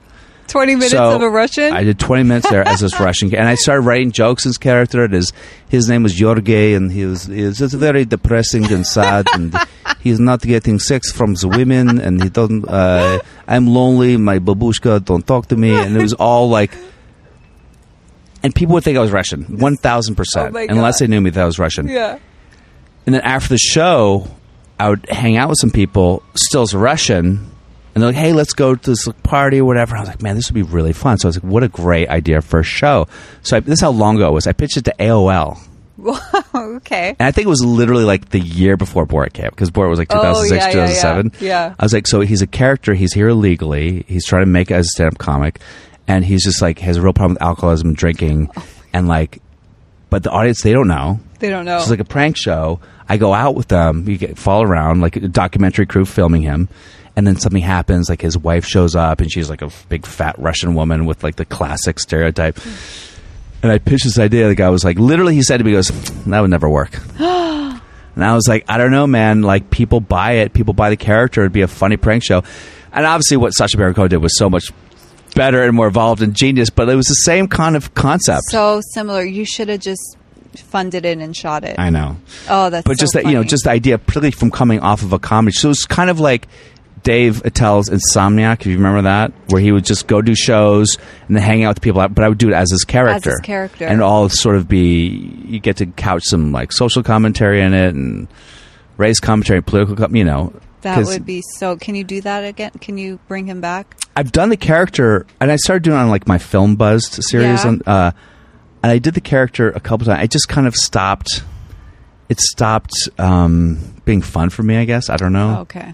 Twenty minutes
So,
of a Russian.
I did 20 minutes there as
[laughs]
this Russian, ca- and I started writing jokes. His character, and his his name was Yorgey, and he was he was just very depressing and sad, and he's not getting sex from the women, and he doesn't. Uh, I'm lonely. My babushka don't talk to me, and it was all like. And people would think I was Russian, one thousand percent,
Oh my
unless
God.
they knew me that I was Russian.
yeah. [laughs]
And then after the show, I would hang out with some people, still as a Russian, and they're like, hey, let's go to this party or whatever. I was like, man, this would be really fun. So I was like, what a great idea for a show. So I, this is how long ago it was. I pitched it to AOL.
okay.
And I think it was literally like the year before Borat Camp, because Borat was like
Oh,
2006,
yeah, yeah,
2007.
yeah. Yeah.
I was like, so he's a character. He's here illegally. He's trying to make it as a stand up comic. And he's just like, has a real problem with alcoholism and drinking.
Oh.
and like, but the audience, they don't know.
They don't know.
So it's like a prank show. I go out with them. You get fall around like a documentary crew filming him, and then something happens. Like his wife shows up, and she's like a big fat Russian woman with like the classic stereotype. And I pitched this idea. The guy was like, literally, he said to me, he "Goes that would never work." And I was like, I don't know, man. Like people buy it, people buy the character. It'd be a funny prank show. And obviously, what Sacha Baron Cohen did was so much better and more evolved and genius. But it was the same kind of concept.
so similar. You should have just funded it and shot it.
I know.
oh, that's
But
so
just that, you know,
funny.
just the idea, particularly from coming off of a comedy. So it's kind of like Dave Attell's Insomniac, if you remember that, where he would just go do shows and then hang out with people. But I would do it as his character.
character.
And all sort of be, you get to couch some like social commentary in it and race commentary, political, com- you know.
that
'cause
would be so. Can you do that again? Can you bring him back?
I've done the character, and I started doing it on like my film buzzed series,
Yeah.
on, uh, and I did the character a couple times. I just kind of stopped. It stopped um, being fun for me, I guess. I don't know.
Okay.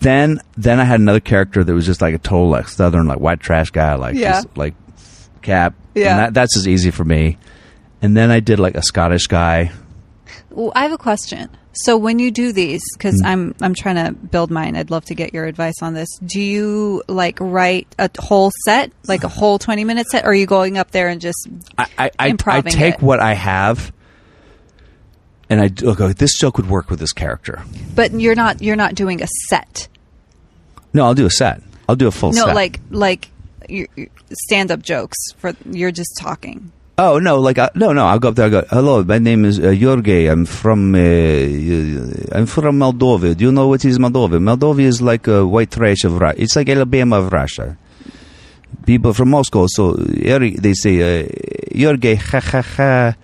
Then, then I had another character that was just like a total like southern, like white trash guy, like
Yeah.
just, like cap.
Yeah.
and that, that's as easy for me. And then I did like a Scottish guy.
Well, I have a question. So when you do these, because
Mm.
I'm I'm trying to build mine, I'd love to get your advice on this. Do you like write a whole set, like a whole 20 minute set, or are you going up there and just
I, I, I, I
Improving
take
it.
what I have, and I do- go. This joke would work with this character.
But you're not you're not doing a set.
No, I'll do a set. I'll do a full
No,
set.
like like stand up jokes for you're just talking.
Oh no! Like uh, no, no. I'll go up there. I go. Hello, my name is uh, Jorge. I'm from uh, uh, I'm from Moldova. Do you know what is Moldova? Moldova is like a white trash of Russia. It's like Alabama of Russia. People from Moscow. So Eric, they say, uh, Jorge, ha ha ha.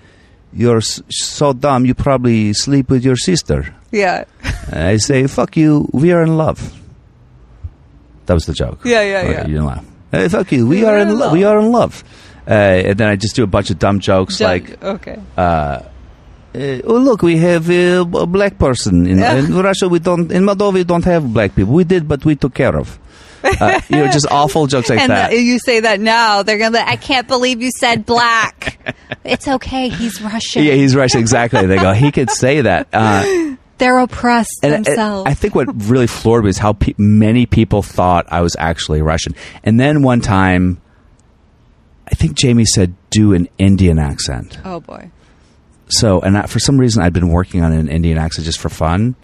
You're s- so dumb. You probably sleep with your sister.
Yeah.
And I say, fuck you. We are in love. That was the joke.
Yeah, yeah,
Okay,
yeah.
You didn't laugh. Hey, fuck you. We are in love. We are in love. Uh, and then I just do a bunch of dumb jokes like,
[laughs] okay.
uh, oh, look, we have uh, a black person. In,
Yeah.
in Russia, we don't, in Moldova, we don't have black people. We did, but we took care of. Uh, you know,
[laughs]
just awful jokes like
and uh,
that.
the- you say that now, they're gonna. Be, like, I can't believe you said
[laughs]
black.
It's okay. He's Russian.
yeah, he's Russian. Exactly. They go, he could say that. Uh,
they're oppressed
And I-
themselves.
I, I think what really floored me is how pe- many people thought I was actually Russian. And then one time, I think Jamie said, "Do an Indian accent."
oh boy.
So, and I, for some reason, I'd been working on an Indian accent just for fun,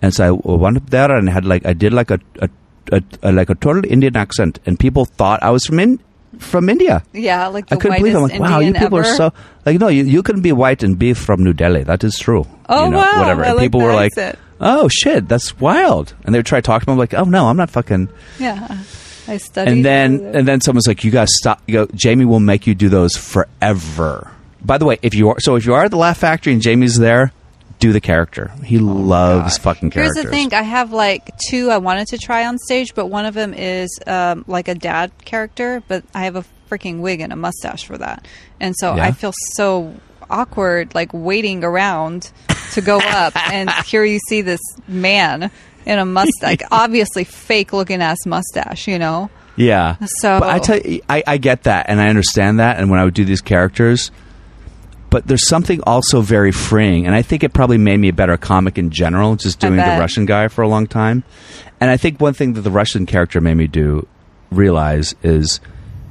and so I w- went up there and had like I did like a, a, a, a like a total Indian accent, and people thought I was from in, from India.
Yeah, like the
I couldn't
whitest
believe. it. I'm like,
Indian
wow, you people
ever.
are so like, no, you, you can be white and be from New Delhi. That is true.
Oh,
you know,
wow.
Whatever.
I
And
like
people were
that
like,
accent.
oh shit, that's wild. And they would try to talk to me. I'm like, oh no, I'm not fucking.
Yeah, I studied.
And then
over there.
and then someone's like, you guys stop. You go, Jamie will make you do those forever. By the way, if you are so if you are at the Laugh Factory and Jamie's there, do the character. He loves fucking
Oh Here's
characters.
the thing: I have like two I wanted to try on stage, but one of them is um, like a dad character, but I have a freaking wig and a mustache for that, and so
Yeah.
I feel so awkward, like waiting around to go
[laughs]
up, and here you see this man in a mustache,
[laughs]
obviously fake looking ass mustache, you know?
Yeah.
So-
but I tell you, I, I get that, and I understand that. And when I would do these characters, but there's something also very freeing, and I think it probably made me a better comic in general, just
I
doing the
bet.
Russian guy for a long time. And I think one thing that the Russian character made me do realize is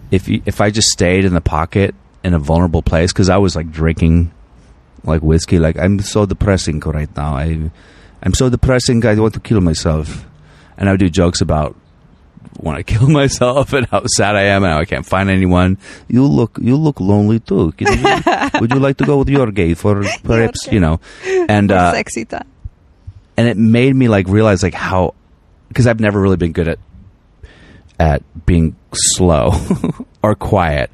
if you, if I just stayed in the pocket in a vulnerable place because I was like drinking like whiskey, like I'm so depressing right now. I I'm so depressing. I want to kill myself, and I would do jokes about want to [laughs] kill myself and how sad I am and how I can't find anyone. You look, you look lonely too. Can
[laughs]
you- would you like to go with your gay for perhaps you know? And uh,
Sexy time.
and it made me like realize like how because I've never really been good at at being slow [laughs] or quiet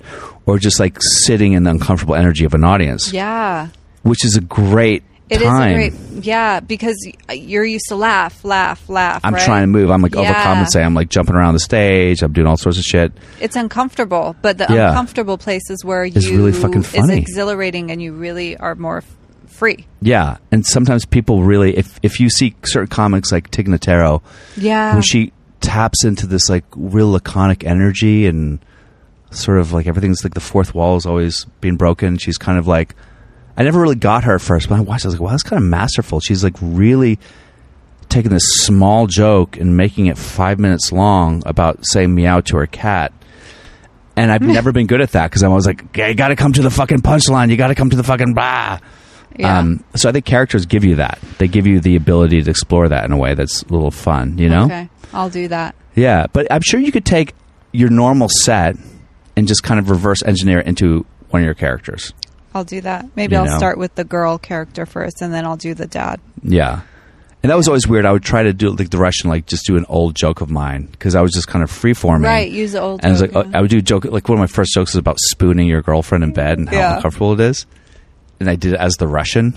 or just like sitting in the uncomfortable energy of an audience,
Yeah.
which is a great
It is
time.
a great, yeah, because you're used to laugh, laugh, laugh.
I'm
right?
trying to move. I'm like
Yeah.
overcompensating. I'm like jumping around the stage. I'm doing all sorts of shit.
It's uncomfortable, but the
Yeah.
uncomfortable place is where you
It's really fucking
is
funny.
exhilarating, and you really are more f- free.
Yeah, and sometimes people really if if you see certain comics like Tig Notaro,
Yeah,
when she taps into this like real laconic energy and sort of like everything's like the fourth wall is always being broken. She's kind of like I never really got her at first, but I watched. I was like, wow, that's kind of masterful. She's like really taking this small joke and making it five minutes long about saying meow to her cat. And
[laughs]
I've never been good at that because I'm always like, you got to come to the fucking punchline. You got to come to the fucking blah.
yeah.
Um, so I think characters give you that. They give you the ability to explore that in a way that's a little fun, you know?
Okay, I'll do that.
Yeah, but I'm sure you could take your normal set and just kind of reverse engineer it into one of your characters.
I'll do that. Maybe
You
I'll
know.
start with the girl character first, and then I'll do the dad.
Yeah. And that was always weird. I would try to do like the Russian, like just do an old joke of mine because I was just kind of freeforming.
Right, use the old
And I was
joke,
like, oh,
yeah.
I would do a joke. Like one of my first jokes was about spooning your girlfriend in bed and how
Yeah.
uncomfortable it is. And I did it as the Russian,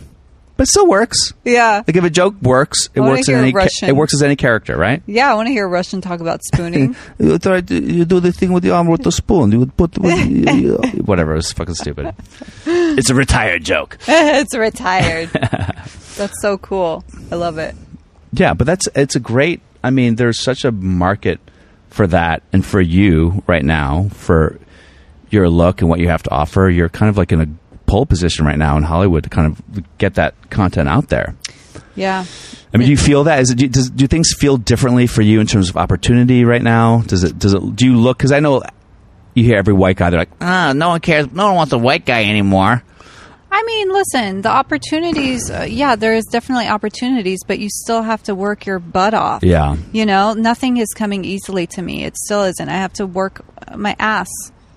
but it still works.
Yeah,
Like if a joke works, it
I wanna
works in
hear
any ca-
Russian.
it works as any character, right?
yeah. I want to hear Russian talk about
[laughs]
spooning. [laughs]
You try to, you do the thing with the arm with the spoon. You would put with, [laughs] you- you- whatever. It was fucking stupid. It's a retired joke.
it's retired. That's so cool. I love it.
Yeah, but that's it's a great. I mean, there's such a market for that, and for you right now for your look and what you have to offer. You're kind of like in a pole position right now in Hollywood to kind of get that content out there.
Yeah.
I mean, do you feel that? Is it do, does, do things feel differently for you in terms of opportunity right now? Does it does it do you look? Because I know you hear every white guy. They're like, ah, no one cares. No one wants a white guy anymore.
I mean, listen, the opportunities, uh, yeah, there is definitely opportunities, but you still have to work your butt off.
Yeah,
You know, nothing is coming easily to me. It still isn't. I have to work my ass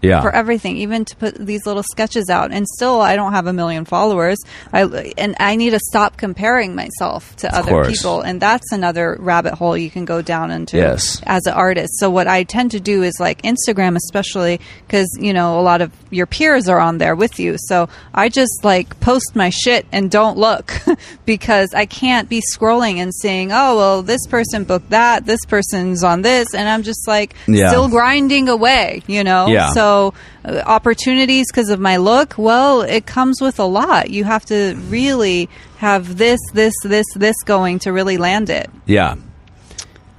yeah.
for everything, even to put these little sketches out. And still, I don't have a million followers. I and I need to stop comparing myself to other
course.
people, and that's another rabbit hole you can go down into
Yes.
as an artist. So what I tend to do is like Instagram, especially because you know a lot of your peers are on there with you. So I just like post my shit and don't look [laughs] because I can't be scrolling and seeing oh well this person booked that, this person's on this, and I'm just like
Yeah.
still grinding away, you know.
Yeah.
So uh, opportunities because of my look, well, it comes with a lot. You have to really have this, this, this, this going to really land it.
yeah.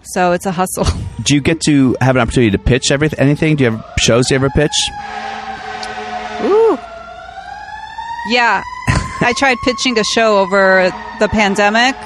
So it's a hustle. [laughs]
Do you get to have an opportunity to pitch everything? Anything? Do you have shows? Do you ever pitch?
Ooh. Yeah. I tried pitching a show over the pandemic.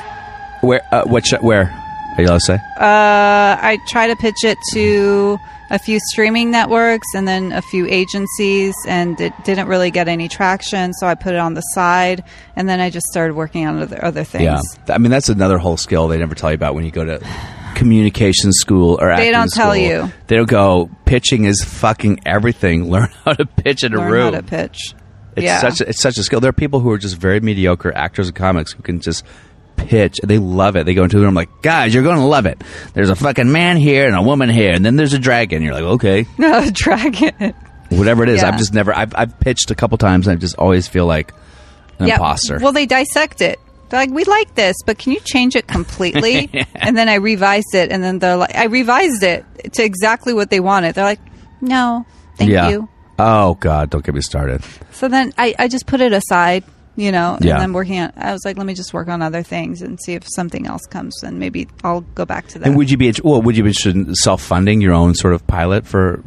Where? Uh, what? Sh- where? Are you allowed to say?
Uh, I tried to pitch it to a few streaming networks and then a few agencies, and it didn't really get any traction. So I put it on the side, and then I just started working on other, other things.
Yeah. I mean, that's another whole skill they never tell you about when you go to communication school or acting
don't tell
school.
you.
They don't go. Pitching is fucking everything. [laughs] Learn how to pitch in a
Learn
room.
how to pitch.
It's
yeah.
such a, it's such a skill. There are people who are just very mediocre actors and comics who can just pitch. They love it. They go into the room like, guys, you're going to love it. There's a fucking man here and a woman here, and then there's a dragon. You're like,
[laughs]
okay, [laughs]
no dragon.
whatever it is.
Yeah.
I've just never. I've, I've pitched a couple times, and I just always feel like an
Yeah.
imposter.
Well, they dissect it. They're like, we like this, but can you change it completely?
[laughs]
And then I revised it, and then they're like, I revised it to exactly what they wanted. They're like, no, thank
yeah.
you.
Oh God, don't get me started.
So then I, I just put it aside, you know, and
Yeah.
then working on, I was like, let me just work on other things and see if something else comes, and maybe I'll go back to that.
And would you be well? Would you be interested in self funding your own sort of pilot for?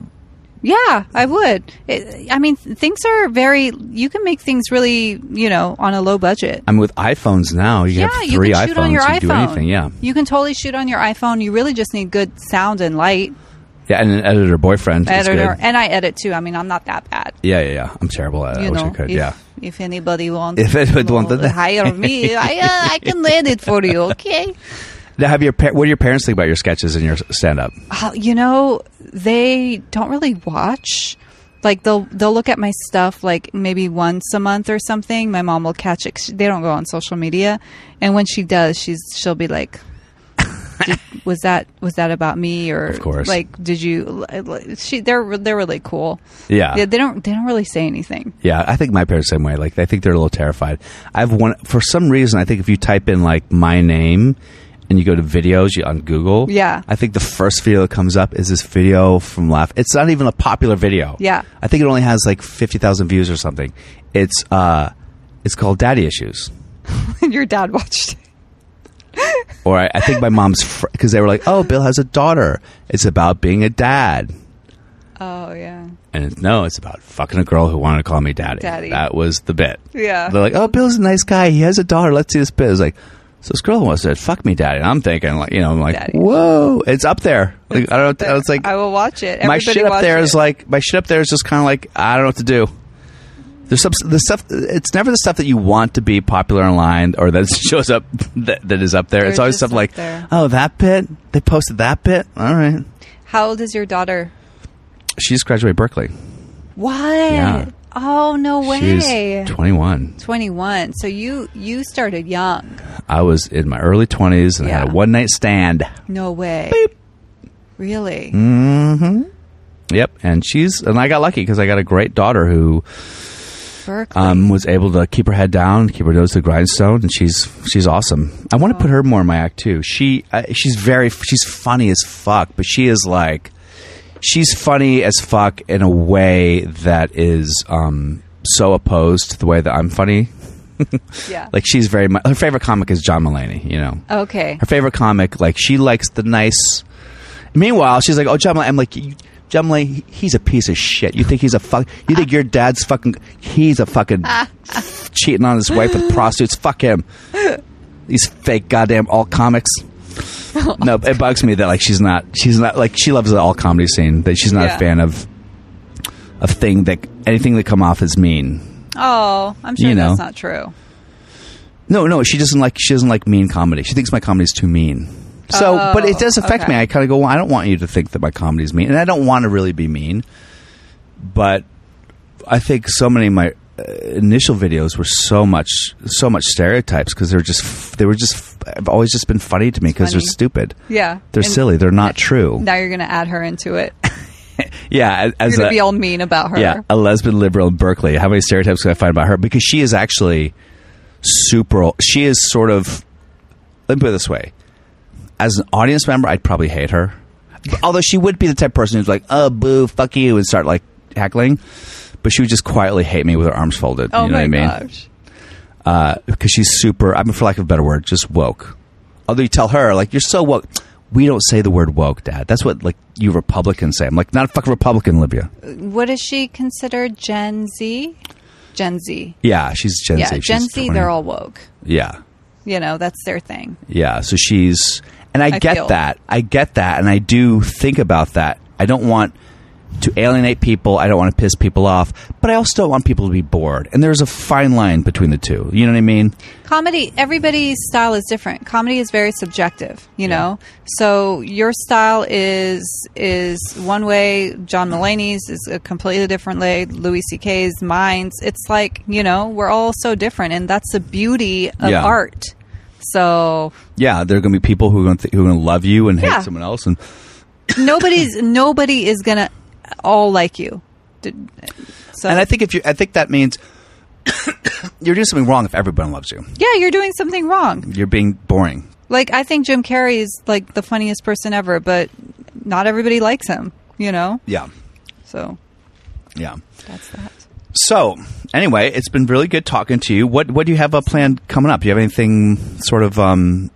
Yeah, I would. It, I mean, things are very, you can make things really, you know, on a low budget.
I mean, with iPhones now, you
yeah,
have three
you can
iPhones.
shoot on your
you
iPhone.
can do anything, yeah,
You can totally shoot on your iPhone. You really just need good sound and light.
yeah, and an editor boyfriend. is
editor,
good.
and I edit too. I mean, I'm not that bad.
yeah, yeah, yeah. I'm terrible at it.
You
I wish
know,
I could.
if,
yeah,
If anybody wants,
If anybody
to
wanted that.
hire me, I uh, I
[laughs]
can edit for you. Okay.
now have your par- what do your parents think about your sketches and your stand
[laughs]
up?
Uh, you know, they don't really watch. Like they'll they'll look at my stuff like maybe once a month or something. My mom will catch it. 'cause They don't go on social media, and when she does, she's she'll be like.
[laughs]
"Did- was that was that about me or
Of course.
like did you she they're they're really cool
Yeah.
they, they don't they don't really say anything [laughs]
Yeah, I think my parents the same way. Like, I think they're a little terrified. I've one for some reason. I think if you type in like my name and you go to videos you, on Google,
Yeah.
I think the first video that comes up is this video from Laugh. It's not even a popular video.
Yeah.
I think it only has like fifty thousand views or something. It's uh, it's called Daddy Issues.
and your dad watched it.
Or I, I think my mom's because they were like, "Oh, Bill has a daughter. It's about being a dad."
Oh yeah.
And it's, no, it's about fucking a girl who wanted to call me daddy.
Daddy.
That was the bit.
Yeah.
They're like, oh, Bill's a nice guy. He has a daughter. Let's see this bit. It's like, so this girl wants to fuck me, daddy. And I'm thinking, like, you know, I'm like,
Daddy.
whoa, it's up there. Like, I don't. I was like,
I will watch it.
my
Everybody
shit up
watch
there
it.
is like, my shit up there is just kind of like, I don't know what to do. There's some the stuff. It's never the stuff that you want to be popular online or that [laughs] shows up that, that is up there.
They're
it's always
just
stuff
up
like,
there.
oh, that bit. They posted that bit. All right.
How old is your daughter?
She just graduated Berkeley.
What?
Yeah.
Oh no way!
She was 21.
21. So you you started young.
I was in my early 20s and had
Yeah.
a one night stand.
No way. Really?
Mm. Yep. And she's, and I got lucky because I got a great daughter who
Berkeley.
um, was able to keep her head down, keep her nose to the grindstone, and she's she's awesome. I want to put her more in my act too. She uh, she's very she's funny as fuck, but she is like she's funny as fuck in a way that is um, so opposed to the way that I'm funny.
yeah.
Like she's very mu her favorite comic is John Mulaney. You know,
okay.
her favorite comic. Like she likes the nice. Meanwhile, she's like, "Oh, John Mulaney." I'm like, "You- "John Mulaney, he- he's a piece of shit. You think he's a fuck? You think your dad's fucking? He's a
[laughs]
fucking cheating on his wife with prostitutes. Fuck him. These fake goddamn alt
[laughs]
comics." no, it bugs me that like she's not. She's not like she loves the alt comedy scene. That she's not
Yeah.
a fan of. A thing that anything that come off as mean.
Oh, I'm sure
You know.
that's not true.
No, no, she doesn't like she doesn't like mean comedy. She thinks my comedy is too mean. So,
Oh,
but it does affect
okay.
me. I kind of go, well, I don't want you to think that my comedy is mean, and I don't want to really be mean. But I think so many of my uh, initial videos were so much so much stereotypes because they were just they were just have always just been funny to me because they're
funny.
stupid.
Yeah.
They're
And
silly. They're not true.
Now you're gonna add her into
[laughs]
it.
yeah, as
You're gonna
a-
be all mean about her.
Yeah, a lesbian liberal in Berkeley. How many stereotypes can I find about her? Because she is actually super. She is sort of. Let me put it this way: as an audience member, I'd probably hate her. Although she would be the type of person who's like, "Oh, boo, fuck you," and start like heckling. But she would just quietly hate me with her arms folded.
Oh
you know
my
what I mean?
gosh.
because she's super. I mean, for lack of a better word, just woke. Although you tell her like you're so woke. We don't say the word woke, Dad. That's what like you Republicans say. I'm like not a fucking Republican, Libya.
What is she considered? Gen Z. Gen Z.
Yeah, she's Gen
yeah.
Z.
Gen
She's
Z.
20.
They're all woke.
Yeah.
You know, that's their thing.
Yeah. So she's, and I,
I
get
feel-
that. I get that. And I do think about that. I don't want to alienate people. I don't want to piss people off, but I also don't want people to be bored. And there's a fine line between the two. You know what I mean?
comedy everybody's style is different comedy is very subjective you know so your style is is one way john mullaney's is a completely different way louis ck's mine's it's like you know we're all so different and that's the beauty of
Yeah.
art so
Yeah. There are going to be people who are going to, th- who are going to love you and hate
Yeah.
someone else. And
nobody's nobody is gonna all like you D- so
and I think if you, I think that means [coughs] you're doing something wrong if everyone loves you.
yeah you're doing something wrong
You're being boring.
like i think jim carrey is like the funniest person ever but not everybody likes him you know
Yeah.
so
Yeah.
That's that.
So, anyway, it's been really good talking to you. What what do you have uh, planned coming up? Do you have anything sort of um,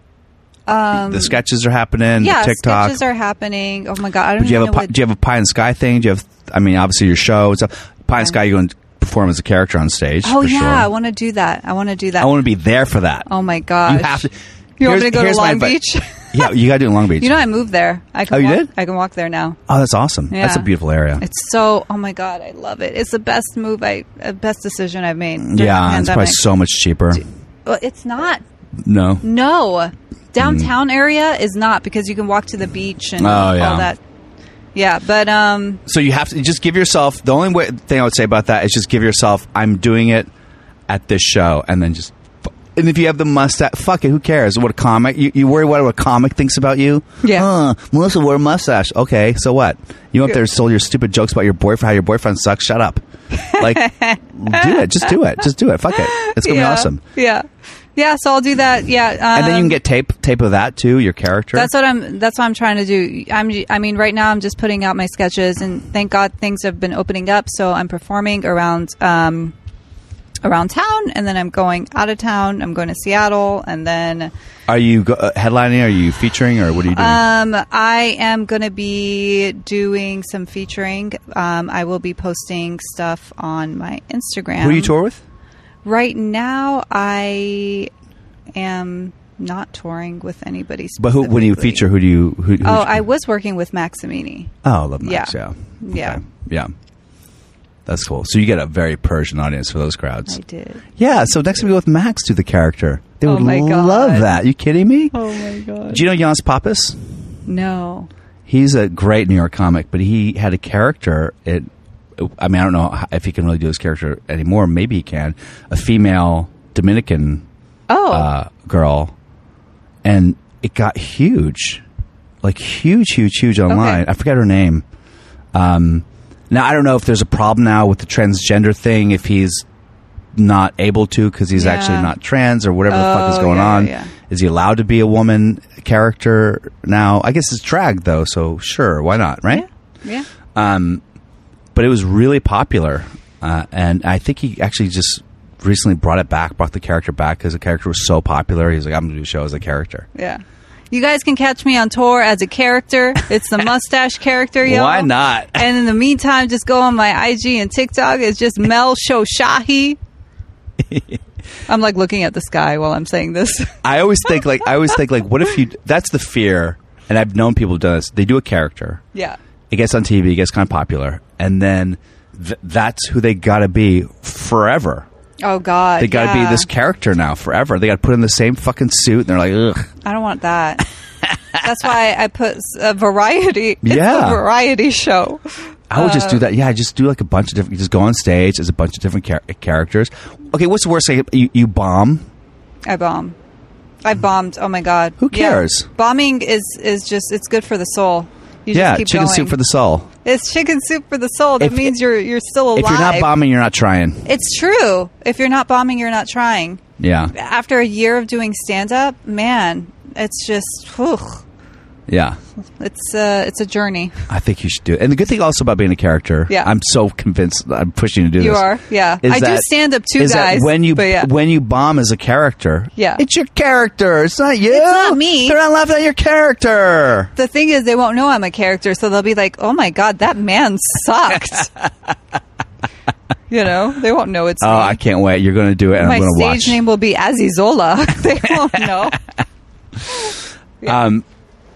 the sketches are happening,
Um, Yeah,
the TikTok.
sketches are happening. Oh my god, I don't
do you
even
have a
know
pi-
what-
do you have a pie and sky thing? Do you have I mean, obviously your show and stuff. Pie and sky you're going to perform as a character on stage.
Oh
for
yeah,
sure.
I want to do that. I want to do that.
I want to be there for that.
oh my gosh.
you have to
You
Here's-
want me to go to
here's my
Long
advi-
Beach?
[laughs] yeah, you got to do it in Long Beach.
you know I moved there. I can
Oh, you
walk,
did?
I can walk there now.
oh, that's awesome. That's a
Yeah.
beautiful area.
It's so oh my god, I love it. It's the best move I uh, best decision I've made. during the
yeah, it's probably
pandemic.
so much cheaper.
Well, it's not.
No.
No. Downtown area is not because you can walk to the beach and
Mm. Oh, yeah.
all that. Yeah, but um
so you have to just give yourself the only way, thing I would say about that is just give yourself I'm doing it at this show and then just and if you have the mustache, fuck it. Who cares what a comic? You, you worry what a comic thinks about you.
Yeah.
Uh, Melissa wore a mustache. Okay, so what? You up there and sold your stupid jokes about your boyfriend, how your boyfriend sucks. Shut up. Like, do it. Just do it. Just do it. Fuck it. It's gonna
yeah,
be awesome.
Yeah. Yeah, so I'll do that. Yeah. Um,
And then you can get tape tape of that too. Your character.
That's what I'm. That's what I'm trying to do. I'm. I mean, right now I'm just putting out my sketches, and thank God things have been opening up. So I'm performing around um, around town, and then I'm going out of town. I'm going to Seattle, and then
are you go- uh, headlining? Are you featuring? Or what are you doing?
um, I am going to be doing some featuring. Um, I will be posting stuff on my Instagram.
Who do you tour with?
Right now, I am not touring with anybody.
But who, when you
specifically.
feature, who do you? Who, who's-
Oh, I was working with Maximini.
Oh, I love Max. Yeah. Yeah.
Yeah. Yeah.
Okay. Yeah. That's cool. So you get a very Persian audience for those crowds.
I did.
Yeah. So next time we go with Max to the character. They
Oh
would
my God.
love that. you kidding me?
[laughs] Oh my god.
Do you know Jans Pappas?
No.
He's a great New York comic, but he had a character in I mean, I don't know h- if he can really do his character anymore. Maybe he can. A female Dominican
Oh,
uh, girl, and it got huge, like huge, huge, huge online.
Okay.
I forget her name. Um, now I don't know if there's a problem now with the transgender thing. If he's not able to because he's
Yeah.
actually not trans or whatever the fuck is
Oh,
going
yeah,
on.
yeah, yeah.
Is he allowed to be a woman character now? I guess it's drag though, so sure, why not, right?
yeah.
but it was really popular, uh, and I think he actually just recently brought it back, brought the character back because the character was so popular. He's like, I'm going to do a show as a character.
Yeah. You guys can catch me on tour as a character.
[laughs]
It's the mustache character, y'all.
Why not?
And in the meantime, just go on my IG and TikTok. It's just Mel
[laughs]
Shoshahi. I'm like looking at the sky while I'm saying this. [laughs]
I always think like I always think like, what if you? That's the fear, and I've known people who've done this. They do a character,
yeah.
it gets on TV, it gets kind of popular, and then th- that's who they got to be forever.
Oh God.
They got to
yeah.
be this character now forever. They got to put in the same fucking suit, and they're like, ugh.
I don't want that. That's why I put s- a variety. [laughs] It's
Yeah.
a variety show.
I would
Uh.
just do that. Yeah, I just do like a bunch of different. Just go on stage as a bunch of different char- characters. Okay, what's the worst thing? You, you bomb.
I bomb. I bombed. Oh my God.
Who
Yeah.
cares?
Bombing is is just it's good for the soul. You
yeah,
just keep
chicken
going.
soup for the soul.
It's chicken soup for the soul. That
If-
means you're you're still alive.
If you're not bombing, you're not trying.
it's true. If you're not bombing, you're not trying.
Yeah,
After a year of doing stand up, man, it's just whew,
yeah.
it's a it's a journey.
I think you should do it. And the good thing also about being a character.
Yeah.
I'm so convinced. I'm pushing you to do
You
this.
are, yeah.
is
I do stand-up too,
is that
guys,
when you
but yeah.
when you bomb as a character,
Yeah.
it's your character. It's not you. It's
not me.
They're not laughing at your character.
The thing is, they won't know I'm a character, so they'll be like, "Oh my god, that man
[laughs]
sucked." you know, they won't know it's
Oh,
me.
I can't wait. You're going to do it, and
my
I'm going to
stage
watch.
name will be Azizola. [laughs] they won't know.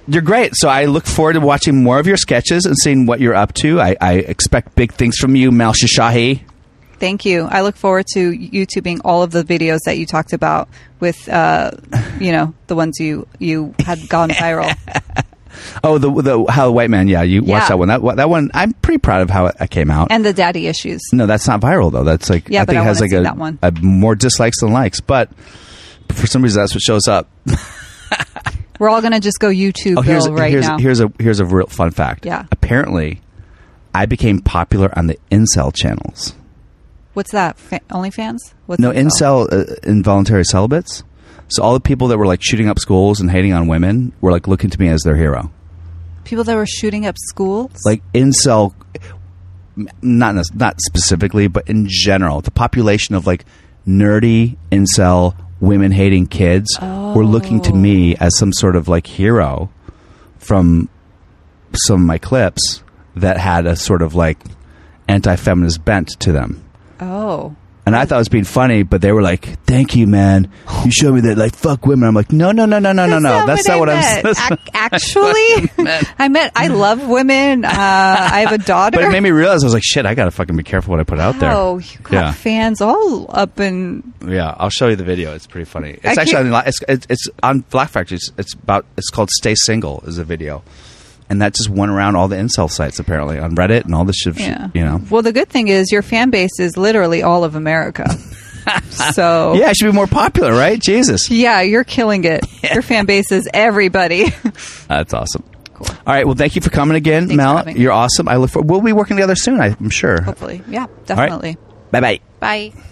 You're great. So I look forward to watching more of your sketches and seeing what you're up to. I, I expect big things from you, Mal Shishahi.
Thank you. I look forward to YouTubing all of the videos that you talked about with, uh, you know, the ones you you had
[laughs]
gone viral.
Oh, the the How the White Man. Yeah, you
Yeah.
watched that one. That one- that one. I'm pretty proud of how it came out.
and the daddy issues.
no, that's not viral though. That's like
Yeah,
I
but
think
I
it has
wanna
like
see
a,
that one.
a more dislikes than likes, but for some reason that's what shows up.
We're all gonna just go YouTube
Oh, here's
Bill right
here's
now.
here's a here's a real fun fact.
Yeah.
Apparently, I became popular on the incel channels.
What's that? Fa- OnlyFans? What's
No,
it called?
incel, uh, involuntary celibates. So all the people that were like shooting up schools and hating on women were like looking to me as their hero.
People that were shooting up schools.
Like incel, m- not nes- not specifically, but in general, the population of like nerdy incel women hating kids were looking to me as some sort of like hero from some of my clips that had a sort of like anti-feminist bent to them.
oh,
And I thought it was being funny, but they were like, "Thank you, man. You showed me that like fuck women." I'm like, "No, no, no, no, no, no, no. That's not what I'm."
I
saying.
meant. Ac- actually, [laughs] I meant I love women. Uh, I have a daughter.
[laughs] [laughs] But it made me realize I was like, "Shit, I gotta fucking be careful what I put out there."
Oh, you got
Yeah.
fans all up in.
Yeah, I'll show you the video. It's pretty funny. It's
can't-
actually on, li- it's, it's it's on Black Factory. It's, it's about it's called "Stay Single" is the video, and that just went around all the incel sites apparently on Reddit and all this shit.
Yeah.
You know.
Well, the good thing is your fan base is literally all of
[laughs]
America. so
Yeah, I should be more popular, right? Jesus,
Yeah, you're killing
[laughs]
it. Your fan base is everybody. [laughs]
that's awesome. Cool. All right. Well, thank you for coming again,
Thanks for
Mel.
having me.
You're awesome. I look for. We'll be working together soon. I'm sure.
Hopefully. Yeah,
All right.
definitely.
Bye bye.
Bye.